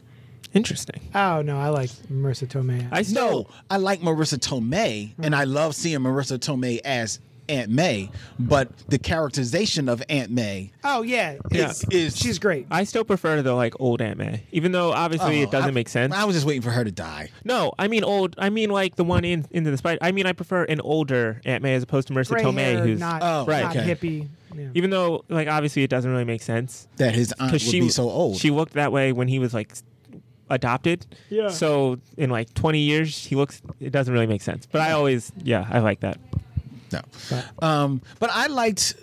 Speaker 2: Interesting.
Speaker 1: Oh no, I like Marissa Tomei.
Speaker 2: I still,
Speaker 5: No, I like Marissa Tomei, and I love seeing Marissa Tomei as Aunt May, but the characterization of Aunt May
Speaker 1: oh yeah.
Speaker 2: Yeah.
Speaker 1: It's-
Speaker 5: is
Speaker 1: She's great.
Speaker 2: I still prefer the like old Aunt May, even though obviously
Speaker 5: Oh,
Speaker 2: it doesn't
Speaker 5: I-
Speaker 2: make sense.
Speaker 5: I was just waiting for her to die.
Speaker 2: No, I mean old. I mean like the one in into the spider. I mean I prefer an older Aunt May as opposed to Marissa
Speaker 1: Gray
Speaker 2: Tomei,
Speaker 1: hair,
Speaker 2: who's
Speaker 1: not,
Speaker 5: Oh,
Speaker 2: right.
Speaker 1: not
Speaker 5: okay.
Speaker 1: hippie. Yeah.
Speaker 2: even though like obviously it doesn't really make sense
Speaker 5: That his aunt would
Speaker 2: because she
Speaker 5: be so old.
Speaker 2: She looked that way when he was like s- adopted.
Speaker 1: Yeah.
Speaker 2: So in like 20 years, he looks. It doesn't really make sense. But I always, yeah, I like that.
Speaker 5: No. Um, but I liked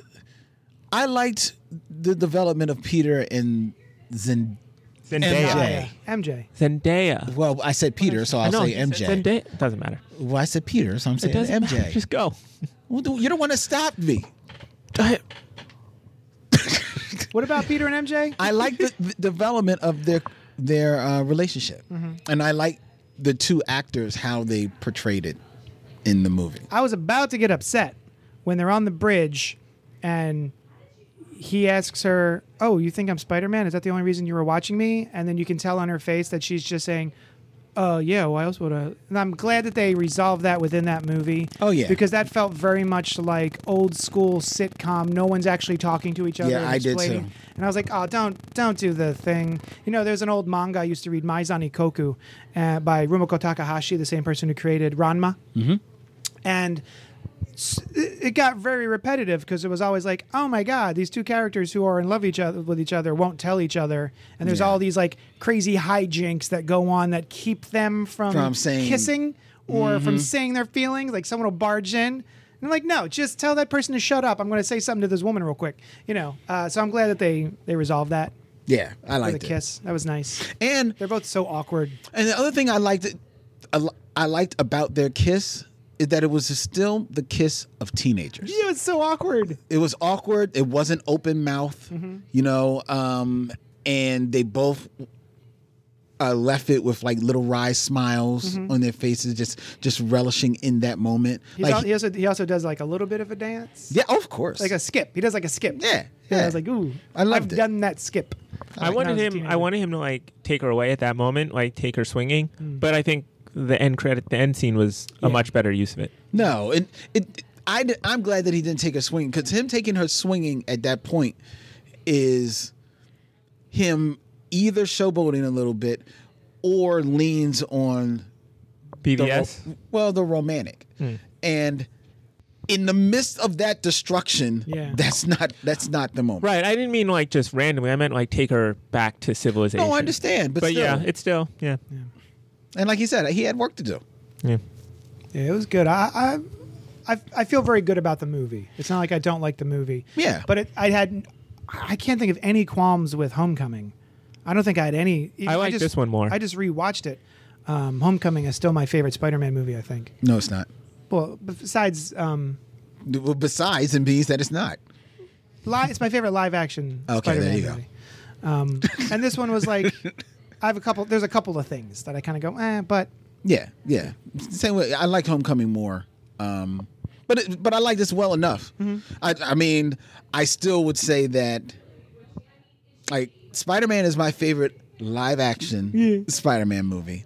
Speaker 5: I liked the development of Peter and Zend-
Speaker 2: Zendaya.
Speaker 5: MJ.
Speaker 1: MJ.
Speaker 2: Zendaya.
Speaker 5: Well, I said Peter, so I'll
Speaker 2: No,
Speaker 5: say
Speaker 2: you
Speaker 5: MJ.
Speaker 2: said Zendaya doesn't matter.
Speaker 5: Well, I said Peter, so I'm
Speaker 2: It
Speaker 5: saying
Speaker 2: doesn't
Speaker 5: MJ.
Speaker 2: matter. Just go.
Speaker 5: Well, do- you don't want to stop me.
Speaker 2: I-
Speaker 1: What about Peter and MJ?
Speaker 5: I like the, the development of their their uh, relationship,
Speaker 2: Mm-hmm.
Speaker 5: and I like the two actors how they portrayed it in the movie.
Speaker 1: I was about to get upset when they're on the bridge and he asks her, Oh, you think I'm Spider Man? Is that the only reason you were watching me? And then you can tell on her face that she's just saying, Oh, yeah, why else would I? And I'm glad that they resolved that within that movie.
Speaker 5: Oh, yeah.
Speaker 1: Because that felt very much like old school sitcom. No one's actually talking to each other.
Speaker 5: Yeah,
Speaker 1: and
Speaker 5: I did
Speaker 1: explaining.
Speaker 5: too.
Speaker 1: And I was like, oh, don't don't do the thing. You know, there's an old manga I used to read, Maizani Koku, uh, by Rumiko Takahashi, the same person who created Ranma. Mm-hmm. And s- it got very repetitive because it was always like, oh my god, these two characters who are in love each other with each other won't tell each other, and there's
Speaker 5: Yeah.
Speaker 1: all these like crazy hijinks that go on that keep them from,
Speaker 5: From saying- Mm-hmm.
Speaker 1: kissing or from saying their feelings. Like someone will barge in. And I'm like, no, just tell that person to shut up. I'm going to say something to this woman real quick. You know, uh, so I'm glad that they they resolved that
Speaker 5: Yeah,
Speaker 1: with
Speaker 5: I
Speaker 1: a
Speaker 5: liked it.
Speaker 1: kiss. That was nice.
Speaker 5: And
Speaker 1: They're both so awkward.
Speaker 5: and the other thing I liked a lo- I liked about their kiss is that it was still the kiss of teenagers.
Speaker 1: Yeah, it's so awkward.
Speaker 5: it was awkward. It wasn't open mouth,
Speaker 1: Mm-hmm.
Speaker 5: you know. Um, and they both uh, left it with like little wry smiles on their faces, just just relishing in that moment.
Speaker 1: Mm-hmm. He's
Speaker 5: like,
Speaker 1: al- he also he also does like a little bit of a dance,
Speaker 5: yeah, of course.
Speaker 1: like a skip. He does like a skip.
Speaker 5: Yeah,
Speaker 1: yeah. I
Speaker 5: yeah.
Speaker 1: was like, ooh,
Speaker 5: I loved
Speaker 1: have
Speaker 5: it.
Speaker 1: done that skip.
Speaker 2: I wanted
Speaker 1: was a
Speaker 2: him. I
Speaker 1: teenager.
Speaker 2: wanted him to like take her away at that moment, like take her swinging. But I think the end credit, the end scene was a much better use of it.
Speaker 5: no, and it. I di- I'm glad that he didn't take a swing because him taking her swinging at that point is him either showboating a little bit or leans on the ro-
Speaker 2: BVS.
Speaker 5: well, the romantic.
Speaker 2: Hmm.
Speaker 5: And in the midst of that destruction,
Speaker 1: Yeah.
Speaker 5: that's not that's not the moment.
Speaker 2: Right. I didn't mean like just randomly. I meant like take her back to civilization.
Speaker 5: No, I understand, but,
Speaker 2: But
Speaker 5: still.
Speaker 2: yeah, it's still yeah.
Speaker 5: and like he said, he had work to do.
Speaker 2: yeah.
Speaker 1: Yeah, it was good. I, I, I, I feel very good about the movie. It's not like I don't like the movie.
Speaker 5: Yeah.
Speaker 1: But it, I had, I can't think of any qualms with Homecoming. I don't think I had any.
Speaker 2: I like
Speaker 1: just-
Speaker 2: this one more.
Speaker 1: I just rewatched it. Um, Homecoming is still my favorite Spider-Man movie. I think.
Speaker 5: No, it's not.
Speaker 1: Well, besides, um,
Speaker 5: Well, Besides, and bees that it's not.
Speaker 1: li- it's my favorite live action.
Speaker 5: Okay, there
Speaker 1: Spider-Man
Speaker 5: you go.
Speaker 1: movie. Um, and this one was like, I have a couple. There's a couple of things that I kind of go, eh, but
Speaker 5: Yeah, yeah. Same way. I like Homecoming more, um, but it, but I like this well enough. I, I mean, I still would say that like Spider Man is my favorite live action Spider Man movie,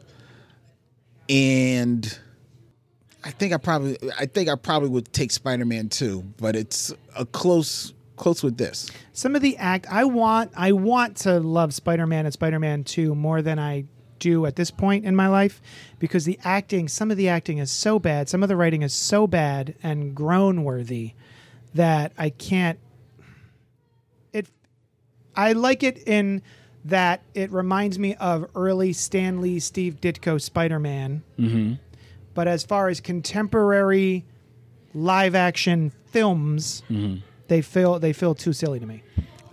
Speaker 5: and I think I probably I think I probably would take Spider Man two, but it's a close close with this.
Speaker 1: some of the act I want I want to love Spider-Man and Spider-Man 2 more than I do at this point in my life because the acting some of the acting is so bad some of the writing is so bad and groan worthy that I can't it I like it in that it reminds me of early Stan Lee Steve Ditko Spider-Man but as far as contemporary live action films they feel they feel too silly to me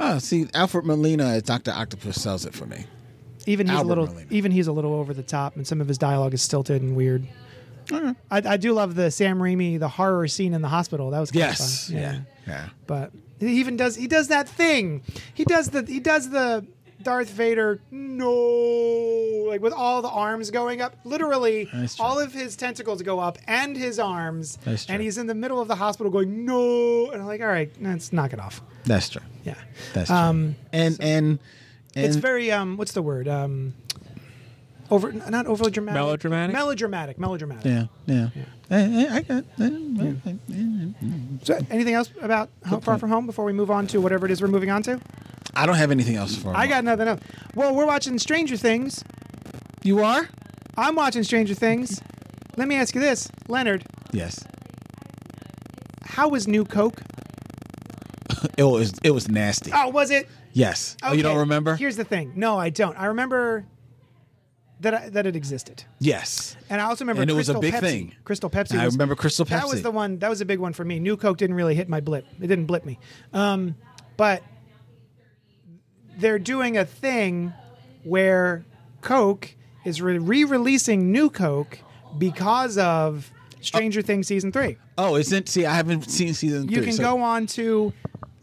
Speaker 5: Oh, see, Alfred Molina as Doctor Octopus sells it for me.
Speaker 1: even he's
Speaker 5: Albert
Speaker 1: a little
Speaker 5: Molina.
Speaker 1: even he's a little over the top and some of his dialogue is stilted and weird
Speaker 5: Mm.
Speaker 1: I, I do love the Sam Raimi the horror scene in the hospital that was kind of fun.
Speaker 5: yeah.
Speaker 1: but he even does he does that thing he does the he does the Darth Vader no like with all the arms going up literally
Speaker 5: That's true.
Speaker 1: all of his tentacles go up and his arms
Speaker 5: That's true.
Speaker 1: and he's in the middle of the hospital going no and I'm like all right let's knock it off
Speaker 5: That's true.
Speaker 1: yeah
Speaker 5: That's true. and, and and
Speaker 1: Um, it's very um what's the word um over not overly dramatic
Speaker 2: Melodramatic?
Speaker 1: melodramatic melodramatic
Speaker 5: yeah yeah. Eh, eh, I got- eh, eh, eh.
Speaker 1: so anything else about Ho- far from home before we move on to whatever it is we're moving on to
Speaker 5: I don't have anything else for.
Speaker 1: i
Speaker 5: him.
Speaker 1: got nothing else well we're watching stranger things
Speaker 5: you are.
Speaker 1: i'm watching stranger things let me ask you this leonard
Speaker 5: Yes.
Speaker 1: how was new coke
Speaker 5: It was it was nasty.
Speaker 1: oh was it
Speaker 5: Yes. Oh, you don't
Speaker 1: Okay,
Speaker 5: remember?
Speaker 1: here's the thing no i don't i remember that I, that it existed
Speaker 5: yes.
Speaker 1: And I also remember
Speaker 5: And it was a
Speaker 1: Crystal
Speaker 5: big
Speaker 1: Pepsi.
Speaker 5: thing.
Speaker 1: Crystal Pepsi.
Speaker 5: I
Speaker 1: was-
Speaker 5: remember Crystal
Speaker 1: That
Speaker 5: Pepsi.
Speaker 1: was the one. That was a big one for me. New Coke didn't really hit my blip. It didn't blip me. Um, but they're doing a thing where Coke is re- re-releasing New Coke because of Stranger Things season three.
Speaker 5: Oh, isn't see? I haven't seen season
Speaker 1: You
Speaker 5: three.
Speaker 1: can
Speaker 5: so-
Speaker 1: go on to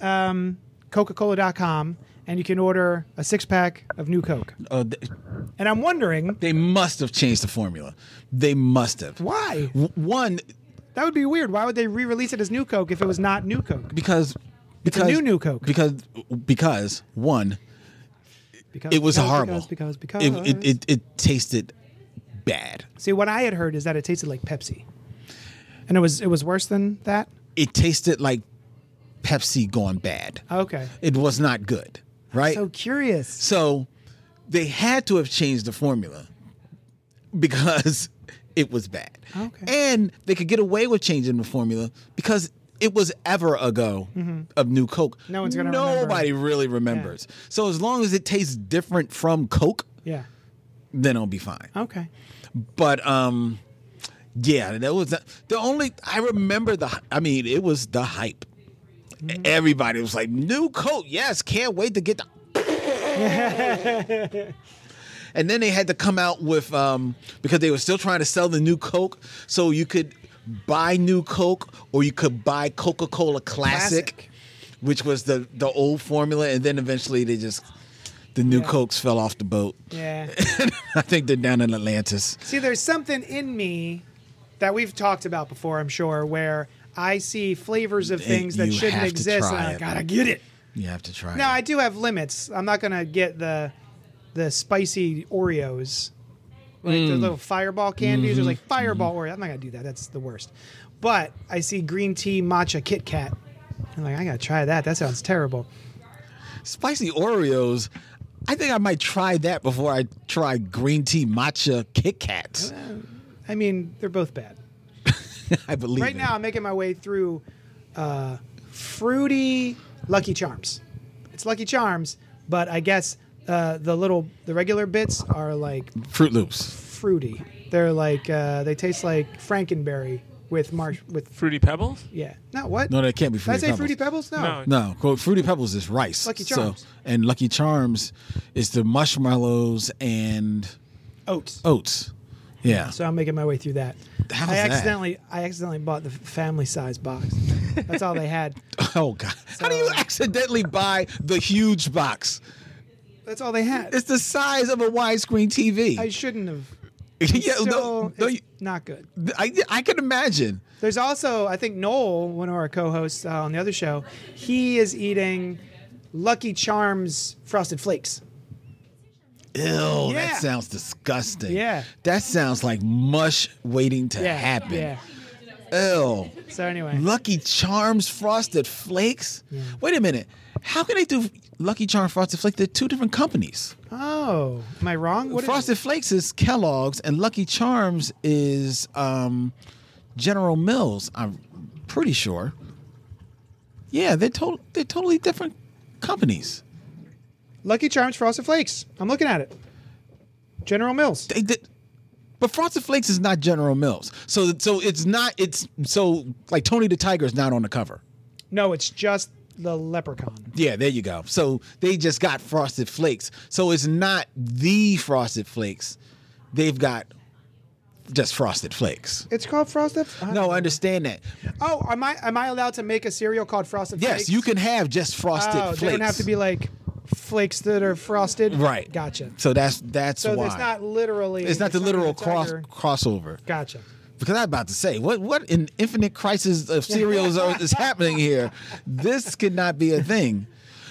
Speaker 1: um, Coca-Cola.com and you can order a six-pack of New Coke.
Speaker 5: Oh, they,
Speaker 1: And I'm wondering
Speaker 5: they must have changed the formula. They must have.
Speaker 1: why.
Speaker 5: W- One
Speaker 1: That would be weird. Why would they re-release it as New Coke if it was not New Coke?
Speaker 5: because because
Speaker 1: new New Coke.
Speaker 5: because because one
Speaker 1: Because
Speaker 5: it was
Speaker 1: because,
Speaker 5: horrible
Speaker 1: Because because,
Speaker 5: It-
Speaker 1: because.
Speaker 5: it, it it tasted bad.
Speaker 1: See, what I had heard is that it tasted like Pepsi, and it was it was worse than that.
Speaker 5: It tasted like Pepsi gone bad.
Speaker 1: Okay,
Speaker 5: It was not good. Right.
Speaker 1: so curious.
Speaker 5: So they had to have changed the formula because *laughs* it was bad.
Speaker 1: Okay.
Speaker 5: And they could get away with changing the formula because it was ever ago of New Coke.
Speaker 1: Mm-hmm. No one's gonna remember.
Speaker 5: Nobody really remembers. So as long as it tastes different from Coke,
Speaker 1: Yeah.
Speaker 5: then I'll be fine.
Speaker 1: Okay.
Speaker 5: But um yeah, that was the only I remember the I mean, it was the hype. Everybody was like, "New coat, yes, can't wait to get the." and then they had to come out with um because they were still trying to sell the new Coke, so you could buy new Coke or you could buy Coca-Cola Classic,
Speaker 1: Classic.
Speaker 5: which was the the old formula, and then eventually they just the new Cokes fell off the boat. *laughs*
Speaker 1: Yeah.
Speaker 5: I think they're down in Atlantis.
Speaker 1: see, there's something in me that we've talked about before. I'm sure where I see flavors of things that
Speaker 5: you have
Speaker 1: shouldn't
Speaker 5: to
Speaker 1: exist, and
Speaker 5: try
Speaker 1: I
Speaker 5: it.
Speaker 1: gotta get it.
Speaker 5: You have to try.
Speaker 1: Now
Speaker 5: it.
Speaker 1: I do have limits. I'm not gonna get the the spicy Oreos, like the little Fireball candies. There's like Fireball Oreo. I'm not gonna do that. That's the worst. But I see green tea matcha Kit Kat. I'm like, I gotta try that. That sounds terrible.
Speaker 5: spicy Oreos. I think I might try that before I try green tea matcha Kit Kats.
Speaker 1: I mean, they're both bad.
Speaker 5: *laughs* I believe
Speaker 1: Right
Speaker 5: it.
Speaker 1: now, I'm making my way through uh, fruity Lucky Charms. It's Lucky Charms, but I guess uh, the little the regular bits are like
Speaker 5: Fruit Loops.
Speaker 1: fruity. They're like uh, they taste like Frankenberry with marsh with
Speaker 2: Fruity Pebbles? Oh,
Speaker 1: yeah. No, what?
Speaker 5: No, that can't be
Speaker 1: Did I
Speaker 5: fruity.
Speaker 1: say
Speaker 5: pebbles.
Speaker 1: fruity pebbles? No.
Speaker 2: No.
Speaker 5: No, quote, fruity pebbles is rice.
Speaker 1: Lucky
Speaker 5: So-
Speaker 1: Charms.
Speaker 5: and Lucky Charms is the marshmallows and
Speaker 1: Oats.
Speaker 5: oats. Yeah.
Speaker 1: So I'm making my way through that.
Speaker 5: How's
Speaker 1: I
Speaker 5: that?
Speaker 1: accidentally I accidentally bought the family size box. That's all they had.
Speaker 5: *laughs* Oh God! How do you accidentally buy the huge box?
Speaker 1: That's all they had.
Speaker 5: It's the size of a widescreen TV.
Speaker 1: I shouldn't have.
Speaker 5: *laughs* yeah,
Speaker 1: Still,
Speaker 5: no, no,
Speaker 1: it's
Speaker 5: you-
Speaker 1: not good.
Speaker 5: I, I can imagine.
Speaker 1: There's also, I think Noel, one of our co-hosts uh, on the other show, he is eating Lucky Charms frosted flakes.
Speaker 5: Ew,
Speaker 1: Yeah.
Speaker 5: that sounds disgusting.
Speaker 1: Yeah.
Speaker 5: That sounds like mush waiting to
Speaker 1: Yeah,
Speaker 5: happen.
Speaker 1: yeah.
Speaker 5: Ew.
Speaker 1: So anyway,
Speaker 5: Lucky Charms Frosted Flakes? Wait a minute. How can they do Lucky Charms Frosted Flakes? They're two different companies.
Speaker 1: oh, am I wrong? What is-
Speaker 5: Frosted Flakes is Kellogg's and Lucky Charms is um, General Mills, I'm pretty sure. Yeah, they're, to- they're totally different companies.
Speaker 1: Lucky Charms frosted flakes. I'm looking at it. General Mills.
Speaker 5: They did, but Frosted Flakes is not General Mills. So so it's not it's so like Tony the Tiger is not on the cover.
Speaker 1: No, it's just the leprechaun.
Speaker 5: Yeah, there you go. So they just got Frosted Flakes. So it's not the Frosted Flakes. They've got just Frosted Flakes.
Speaker 1: It's called frosted. F-
Speaker 5: No, I understand that.
Speaker 1: Oh, am I am I allowed to make a cereal called frosted?
Speaker 5: Yes,
Speaker 1: flakes?
Speaker 5: you can have just Frosted
Speaker 1: Oh,
Speaker 5: Flakes.
Speaker 1: they don't have to be like flakes that are frosted.
Speaker 5: right.
Speaker 1: Gotcha.
Speaker 5: So that's that's
Speaker 1: So
Speaker 5: why
Speaker 1: it's not literally.
Speaker 5: it's not the
Speaker 1: Tony
Speaker 5: literal cross
Speaker 1: Tiger.
Speaker 5: crossover.
Speaker 1: Gotcha.
Speaker 5: because I'm about to say, what what an infinite crisis of cereals are, is happening here? This could not be a thing.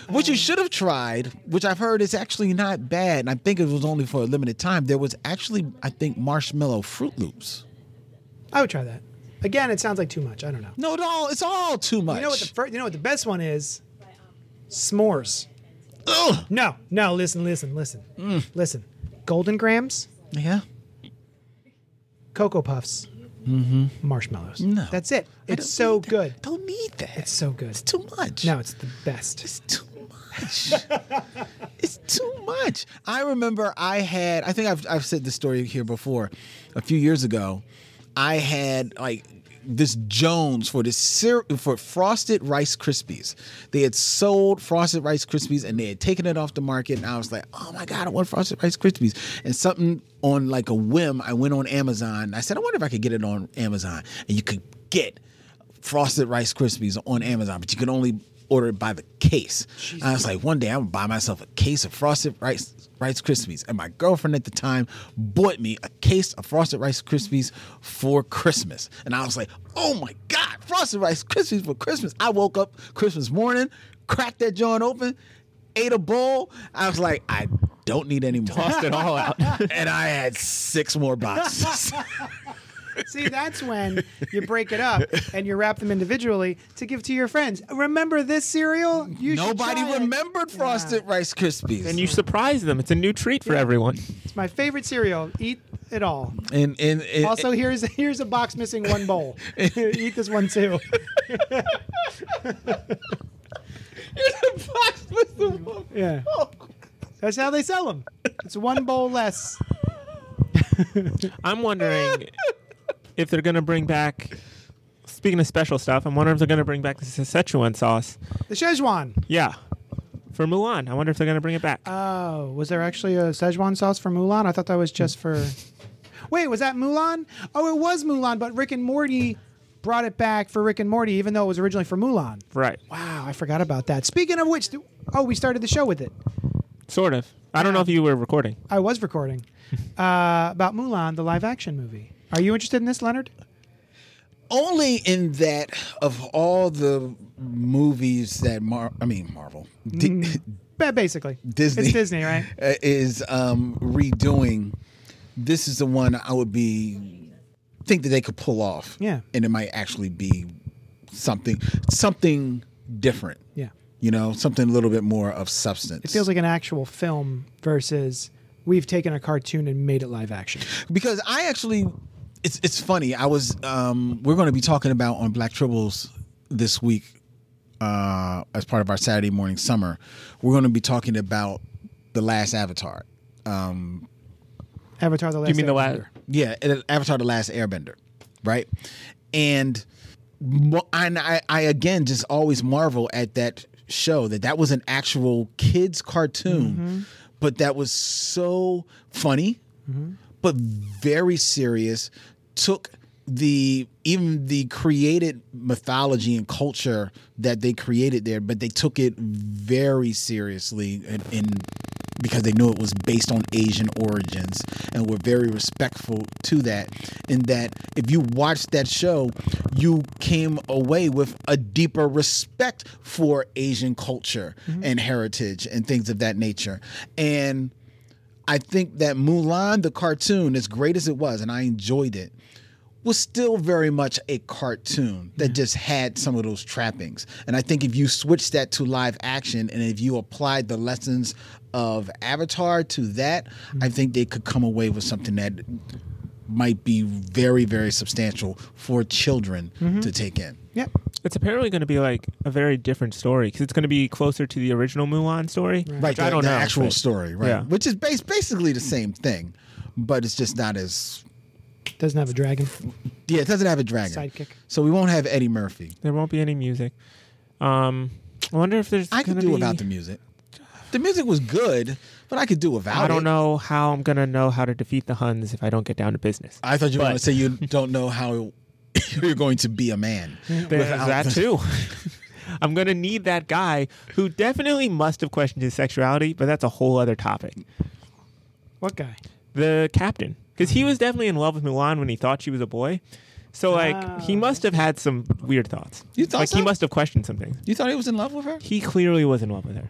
Speaker 5: What you should have tried, which I've heard is actually not bad, and I think it was only for a limited time. There was actually, I think, marshmallow Fruit Loops.
Speaker 1: I would try that. Again, it sounds like too much. I don't know.
Speaker 5: No, it all it's all too much.
Speaker 1: You know what the fir- you know what the best one is? S'mores.
Speaker 5: Ugh. Mm.
Speaker 1: No, no. Listen, listen, listen, listen. Golden grams,
Speaker 5: Yeah,
Speaker 1: cocoa puffs, marshmallows.
Speaker 5: Mm-hmm. No.
Speaker 1: that's it.
Speaker 5: I
Speaker 1: It's
Speaker 5: don't
Speaker 1: so
Speaker 5: need that.
Speaker 1: good.
Speaker 5: Don't need that.
Speaker 1: It's so good.
Speaker 5: It's too much.
Speaker 1: No, it's the best.
Speaker 5: It's too much. it's too much. I remember I had, I think I've, I've said this story here before, a few years ago. I had like this Jones for this cere- for frosted Rice Krispies. They had sold frosted Rice Krispies and they had taken it off the market. And I was like, oh my God, I want frosted Rice Krispies. And something on like a whim, I went on Amazon. I said, I wonder if I could get it on Amazon. And you could get frosted Rice Krispies on Amazon, but you can only order it by the case. And I was like, one day I'm gonna buy myself a case of frosted Rice Rice Krispies. And my girlfriend at the time bought me a case of frosted Rice Krispies for Christmas. And I was like, oh my God, frosted Rice Krispies for Christmas. I woke up Christmas morning, cracked that joint open, ate a bowl. I was like, I don't need any more.
Speaker 2: Tossed it all out.
Speaker 5: *laughs* and I had six
Speaker 2: *laughs*
Speaker 5: more boxes.
Speaker 1: See, that's when you break it
Speaker 5: *laughs*
Speaker 1: up and you wrap them individually to give to your friends. Remember this cereal? You should
Speaker 5: Nobody
Speaker 1: try it.
Speaker 5: remembered frosted Rice Krispies.
Speaker 2: and you surprise them. It's a new treat for everyone.
Speaker 1: It's my favorite cereal. Eat it all.
Speaker 5: and, and, and *laughs*
Speaker 1: Also, here's here's a box missing one bowl. Eat this one too. Yeah, that's how they sell them. It's one bowl less.
Speaker 2: I'm wondering if they're gonna bring back. Speaking of special stuff, I'm wondering if they're gonna bring back the Szechuan sauce.
Speaker 1: The Szechuan.
Speaker 2: Yeah, for Mulan. I wonder if they're gonna bring it back.
Speaker 5: Uh,
Speaker 1: Oh, was there actually a Szechuan sauce for Mulan? I thought that was just for. Wait, was that Mulan? Oh, it was Mulan, but Rick and Morty brought it back for Rick and Morty, even though it was originally for Mulan.
Speaker 2: right.
Speaker 1: Wow, I forgot about that. Speaking of which, do- oh, we started the show with it.
Speaker 2: Sort of. I don't know if you were recording.
Speaker 1: I was recording uh, about Mulan, the live action movie. Are you interested in this, Leonard?
Speaker 5: only in that of all the movies that Mar- I mean Marvel Di-
Speaker 1: Mm. Ba- Basically,
Speaker 5: Disney
Speaker 1: It's Disney, right?
Speaker 5: *laughs* uh, is um, redoing. This is the one I would be think that they could pull off.
Speaker 1: Yeah.
Speaker 5: and it might actually be something something different.
Speaker 1: Yeah.
Speaker 5: You know, something a little bit more of substance.
Speaker 1: It feels like an actual film versus we've taken a cartoon and made it live action.
Speaker 5: because I actually, it's it's funny. I was um, we're going to be talking about on Black Tribbles this week uh, as part of our Saturday morning summer. We're going to be talking about the last Avatar.
Speaker 1: Avatar: The Last.
Speaker 2: You mean the last?
Speaker 1: Airbender.
Speaker 5: Yeah, and Avatar: The Last Airbender, right? And mo- and I, I again just always marvel at that show that that was an actual kids cartoon, but that was so funny, but very serious. Took the even the created mythology and culture that they created there, but they took it very seriously and, and because they knew it was based on Asian origins and were very respectful to that. In that, if you watched that show, you came away with a deeper respect for Asian culture and heritage and things of that nature. And I think that Mulan, the cartoon, as great as it was, and I enjoyed it, was still very much a cartoon that just had some of those trappings. And I think if you switch that to live action and if you applied the lessons of Avatar to that,
Speaker 2: Mm-hmm.
Speaker 5: I think they could come away with something that might be very, very substantial for children
Speaker 2: Mm-hmm.
Speaker 5: to take in.
Speaker 1: Yep.
Speaker 2: It's apparently going to be like a very different story because it's going to be closer to the original Mulan story.
Speaker 5: Right,
Speaker 2: which
Speaker 5: the,
Speaker 2: I don't
Speaker 5: the
Speaker 2: know.
Speaker 5: actual
Speaker 2: but-
Speaker 5: story, right?
Speaker 2: Yeah.
Speaker 5: Which is bas- basically the same thing, but it's just not as.
Speaker 1: Doesn't have a dragon.
Speaker 5: Yeah, it doesn't have a dragon.
Speaker 1: Sidekick.
Speaker 5: So we won't have Eddie Murphy.
Speaker 2: There won't be any music. Um, I wonder if there's.
Speaker 5: I could
Speaker 2: gonna
Speaker 5: do
Speaker 2: be,
Speaker 5: without the music. The music was good, but I could do without
Speaker 2: I don't
Speaker 5: it.
Speaker 2: know how I'm gonna know how to defeat the Huns if I don't get down to business.
Speaker 5: I thought you were
Speaker 2: But-
Speaker 5: going to say you don't know how *laughs* you're going to be a man.
Speaker 2: There's
Speaker 5: without
Speaker 2: that
Speaker 5: the-
Speaker 2: too. *laughs* I'm gonna need that guy who definitely must have questioned his sexuality, but that's a whole other topic.
Speaker 1: What guy?
Speaker 2: The captain, because he was definitely in love with Mulan when he thought she was a boy. So like he
Speaker 1: Oh.
Speaker 2: must have had some weird thoughts.
Speaker 5: You thought
Speaker 2: like he
Speaker 5: so?
Speaker 2: must have questioned some things.
Speaker 5: You thought he was in love with her?
Speaker 2: He clearly was in love with her.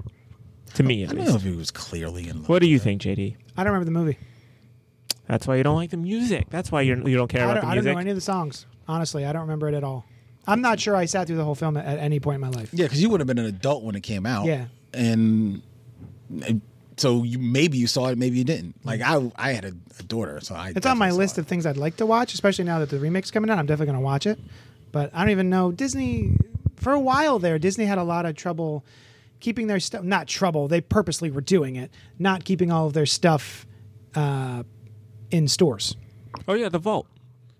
Speaker 2: To me,
Speaker 5: I
Speaker 2: at
Speaker 5: don't know if
Speaker 2: least.
Speaker 5: he was clearly in love.
Speaker 2: What do you think, JD?
Speaker 1: I don't remember the movie.
Speaker 2: That's why you don't like the music. That's why you're, you don't care
Speaker 1: I
Speaker 2: about
Speaker 1: don't,
Speaker 2: the
Speaker 1: I don't
Speaker 2: music.
Speaker 1: know any of the songs. Honestly, I don't remember it at all. I'm not sure I sat through the whole film at, at any point in my life.
Speaker 5: Yeah, because you would have been an adult when it came out.
Speaker 1: Yeah.
Speaker 5: and and so you maybe you saw it, maybe you didn't. Like I, I had a, a daughter, so I.
Speaker 1: It's on my
Speaker 5: definitely saw
Speaker 1: list
Speaker 5: it.
Speaker 1: of things I'd like to watch, especially now that the remake's coming out. I'm definitely going to watch it. But I don't even know. Disney, for a while there, Disney had a lot of trouble keeping their stuff, not trouble, they purposely were doing it, not keeping all of their stuff uh, in stores.
Speaker 2: Oh yeah, the vault.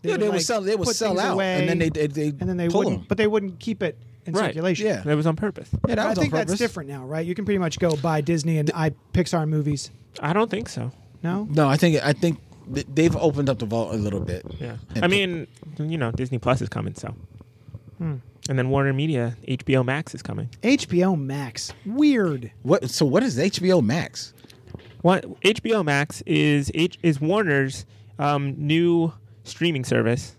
Speaker 5: Yeah,
Speaker 1: would,
Speaker 5: they would
Speaker 1: like,
Speaker 5: sell. They would
Speaker 1: put
Speaker 5: sell
Speaker 1: things
Speaker 5: out,
Speaker 1: away,
Speaker 5: and then they they, they
Speaker 1: and then they
Speaker 5: pull
Speaker 1: wouldn't,
Speaker 5: 'em.
Speaker 1: but they wouldn't keep it in
Speaker 2: Right.
Speaker 1: circulation.
Speaker 5: Yeah.
Speaker 2: That was on purpose.
Speaker 5: yeah, that
Speaker 1: I
Speaker 5: was
Speaker 1: think
Speaker 5: on
Speaker 1: that's
Speaker 5: purpose.
Speaker 1: different now, right? You can pretty much go buy Disney and I Pixar movies.
Speaker 2: I don't think so.
Speaker 1: No,
Speaker 5: No, I think I think th- they've opened up the vault a little bit.
Speaker 2: Yeah.
Speaker 5: And
Speaker 2: I
Speaker 5: put-
Speaker 2: mean, you know, Disney Plus is coming, so. And then Warner Media, HBO Max is coming.
Speaker 1: HBO Max. Weird.
Speaker 5: What? So what is HBO Max?
Speaker 2: What HBO Max is H, is Warner's um, new streaming service.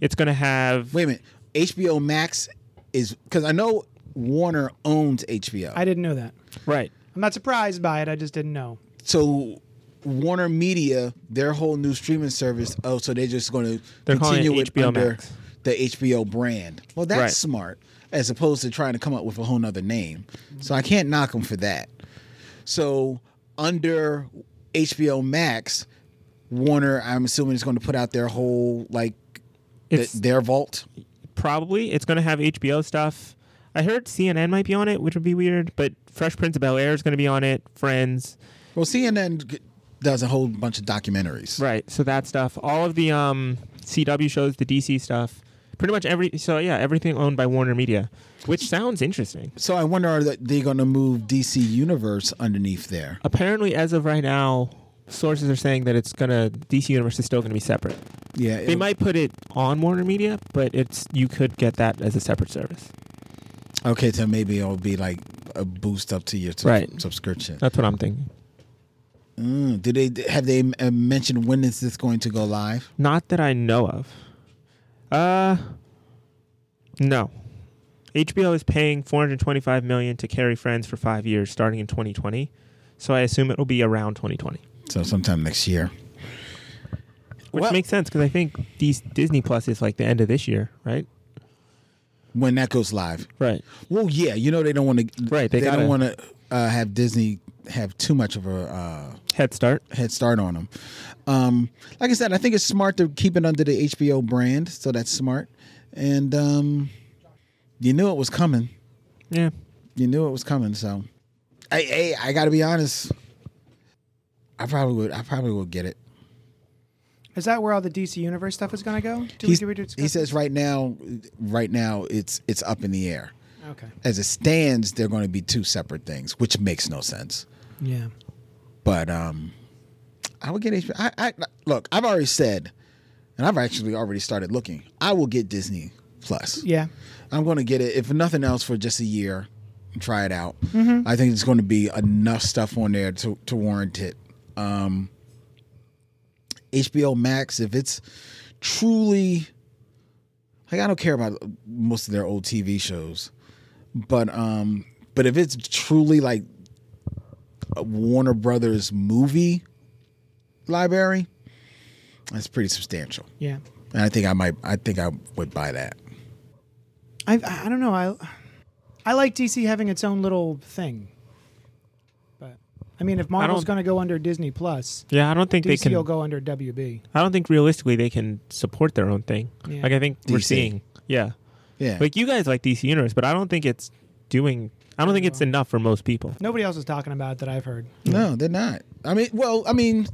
Speaker 2: It's going to have
Speaker 5: Wait a minute. HBO Max is because I know Warner owns HBO.
Speaker 1: I didn't know that.
Speaker 2: right.
Speaker 1: I'm not surprised by it. I just didn't know.
Speaker 5: so Warner Media, their whole new streaming service. Oh, so they're just going to
Speaker 2: They're calling it
Speaker 5: continue it
Speaker 2: HBO
Speaker 5: under
Speaker 2: Max.
Speaker 5: the HBO brand. Well, that's
Speaker 2: Right.
Speaker 5: smart as opposed to trying to come up with a whole nother name. So I can't knock them for that. So under HBO Max, Warner, I'm assuming is going to put out their whole like th-
Speaker 2: It's
Speaker 5: their vault.
Speaker 2: probably it's going to have HBO stuff. I heard CNN might be on it, which would be weird, but Fresh Prince of Bel-Air is going to be on it, Friends.
Speaker 5: Well, CNN g- does a whole bunch of documentaries.
Speaker 2: Right. So that stuff, all of the um, CW shows, the DC stuff, pretty much every. So yeah, everything owned by Warner Media, which sounds interesting.
Speaker 5: So I wonder are they going to move DC Universe underneath there?
Speaker 2: Apparently, as of right now, sources are saying that it's gonna DC Universe is still gonna be separate.
Speaker 5: Yeah,
Speaker 2: They might put it on Warner Media, but it's you could get that as a separate service.
Speaker 5: Okay, so maybe it'll be like a boost up to your subs-
Speaker 2: Right.
Speaker 5: subscription.
Speaker 2: That's what I'm thinking.
Speaker 5: Mm, did they have they uh, mentioned when is this going to go live?
Speaker 2: Not that I know of. Uh, no. HBO is paying 425 million to carry Friends for five years, starting in 2020. So I assume it will be around 2020.
Speaker 5: So sometime next year.
Speaker 2: Which
Speaker 5: Well-
Speaker 2: makes sense because I think these Disney Plus is like the end of this year, right?
Speaker 5: When that goes live.
Speaker 2: Right.
Speaker 5: Well, yeah, you know they don't want to.
Speaker 2: Right, they
Speaker 5: They,
Speaker 2: gotta-
Speaker 5: don't want to uh, have Disney have too much of a uh,
Speaker 2: Head Start.
Speaker 5: head start on them. Um, like I said, I think it's smart to keep it under the HBO brand, so that's smart. And um, you knew it was coming.
Speaker 2: Yeah.
Speaker 5: you knew it was coming. So, I I, I got to be honest. I probably would. I probably would get it.
Speaker 1: Is that where all the DC Universe stuff is going to go? Do
Speaker 5: He's-
Speaker 1: do do-
Speaker 5: he says right now, right now it's it's up in the air.
Speaker 1: Okay.
Speaker 5: As it stands, they're going to be two separate things, which makes no sense.
Speaker 1: Yeah.
Speaker 5: But um, I would get HBO. I, I look. I've already said, and and I've actually already started looking. I will get Disney Plus.
Speaker 1: Yeah.
Speaker 5: I'm going to get it if nothing else for just a year and try it out. I think it's going to be enough stuff on there to to warrant it. Um, HBO Max, if it's truly like I don't care about most of their old TV shows, but um, but if it's truly like a Warner Brothers movie library, that's pretty substantial.
Speaker 1: Yeah.
Speaker 5: And I think I might. I think I would buy that.
Speaker 1: I I I don't know. I I like DC having its own little thing. But I mean, if Marvel's
Speaker 2: don't-
Speaker 1: going to go under Disney Plus,
Speaker 2: Yeah, I don't think they
Speaker 1: DC
Speaker 2: can.
Speaker 1: will go under WB.
Speaker 2: I don't think realistically they can support their own thing.
Speaker 1: Yeah.
Speaker 2: Like I think we're
Speaker 5: DC.
Speaker 2: seeing. Yeah.
Speaker 5: Yeah.
Speaker 2: Like you guys like DC Universe, but I don't think it's doing. I don't think it's enough for most people.
Speaker 1: Nobody else is talking about it that I've heard.
Speaker 5: No, they're not. I mean, well, I mean,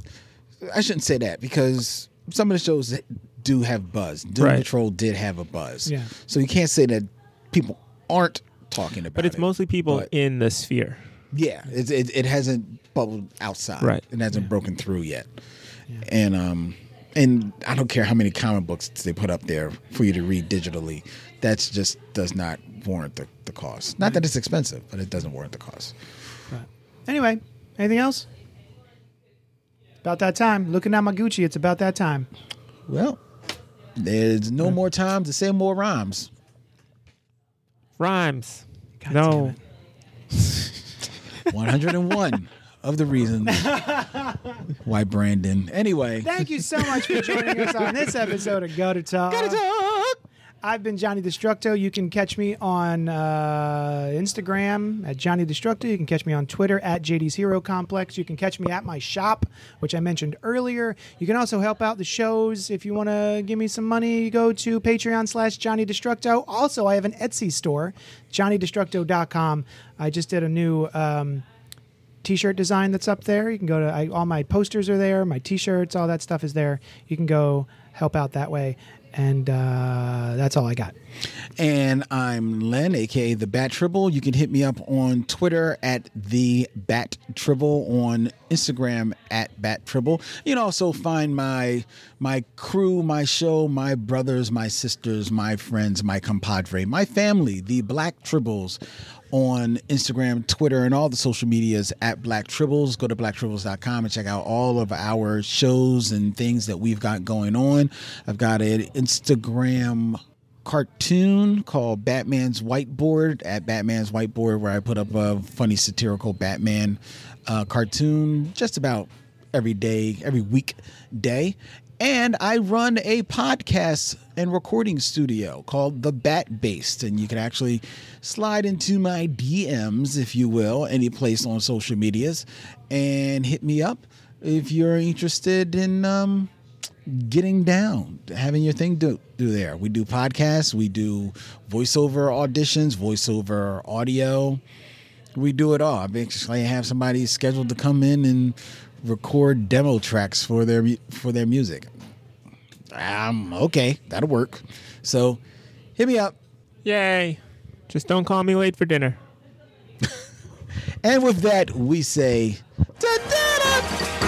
Speaker 5: I shouldn't say that because some of the shows that do have buzz. Doom
Speaker 2: Right.
Speaker 5: Patrol did have a buzz.
Speaker 1: Yeah.
Speaker 5: So you can't say that people aren't talking about it.
Speaker 2: But it's mostly people
Speaker 5: But-
Speaker 2: in the sphere.
Speaker 5: yeah. It, it it hasn't bubbled outside.
Speaker 2: Right.
Speaker 5: It hasn't broken through yet. And um and I don't care how many comic books they put up there for you to read digitally. That's just does not warrant the, the cost. Not that it's expensive, but it doesn't warrant the cost.
Speaker 1: But anyway, anything else? About that time. Looking at my Gucci, it's about that time.
Speaker 5: Well, there's no more time to say more rhymes.
Speaker 2: Rhymes.
Speaker 1: God damn
Speaker 2: no.
Speaker 1: it.
Speaker 5: 101 of the reasons why Brandon. Anyway,
Speaker 1: Thank you so much for joining us on this episode of Gutter Talk. Gutter Talk. I've been Johnny Destructo. You can catch me on uh, Instagram at Johnny Destructo. You can catch me on Twitter at JD's Hero Complex. You can catch me at my shop, which I mentioned earlier. You can also help out the shows if you want to give me some money. Go to Patreon slash Johnny Destructo. Also, I have an Etsy store, JohnnyDestructo.com. I just did a new. Um, t-shirt design that's up there. You can go to I, all my posters are there, my t-shirts, all that stuff is there. You can go help out that way, and uh, that's all I got.
Speaker 5: and I'm Len, aka the Bat Tribble. You can hit me up on Twitter at the Bat Tribble, on Instagram at Bat Tribble. You can also find my my crew, my show, my brothers, my sisters, my friends, my compadre, my family, the Black Tribbles. on Instagram, Twitter, and all the social medias at Black Tribbles. Go to blacktribbles.com and check out all of our shows and things that we've got going on. I've got an Instagram cartoon called Batman's Whiteboard at Batman's Whiteboard, where I put up a funny satirical Batman uh, cartoon just about every day, every weekday. And I run a podcast and recording studio called The Bat Based. And you can actually slide into my DMs, if you will, any place on social medias, and hit me up if you're interested in um, getting down, having your thing do, do there. We do podcasts, we do voiceover auditions, voiceover audio. We do it all. I basically have somebody scheduled to come in and record demo tracks for their mu- for their music. Um, okay, that'll work. So, hit me up.
Speaker 2: Yay. Just don't call me late for dinner.
Speaker 5: And with that, we say. "Da-da-da!"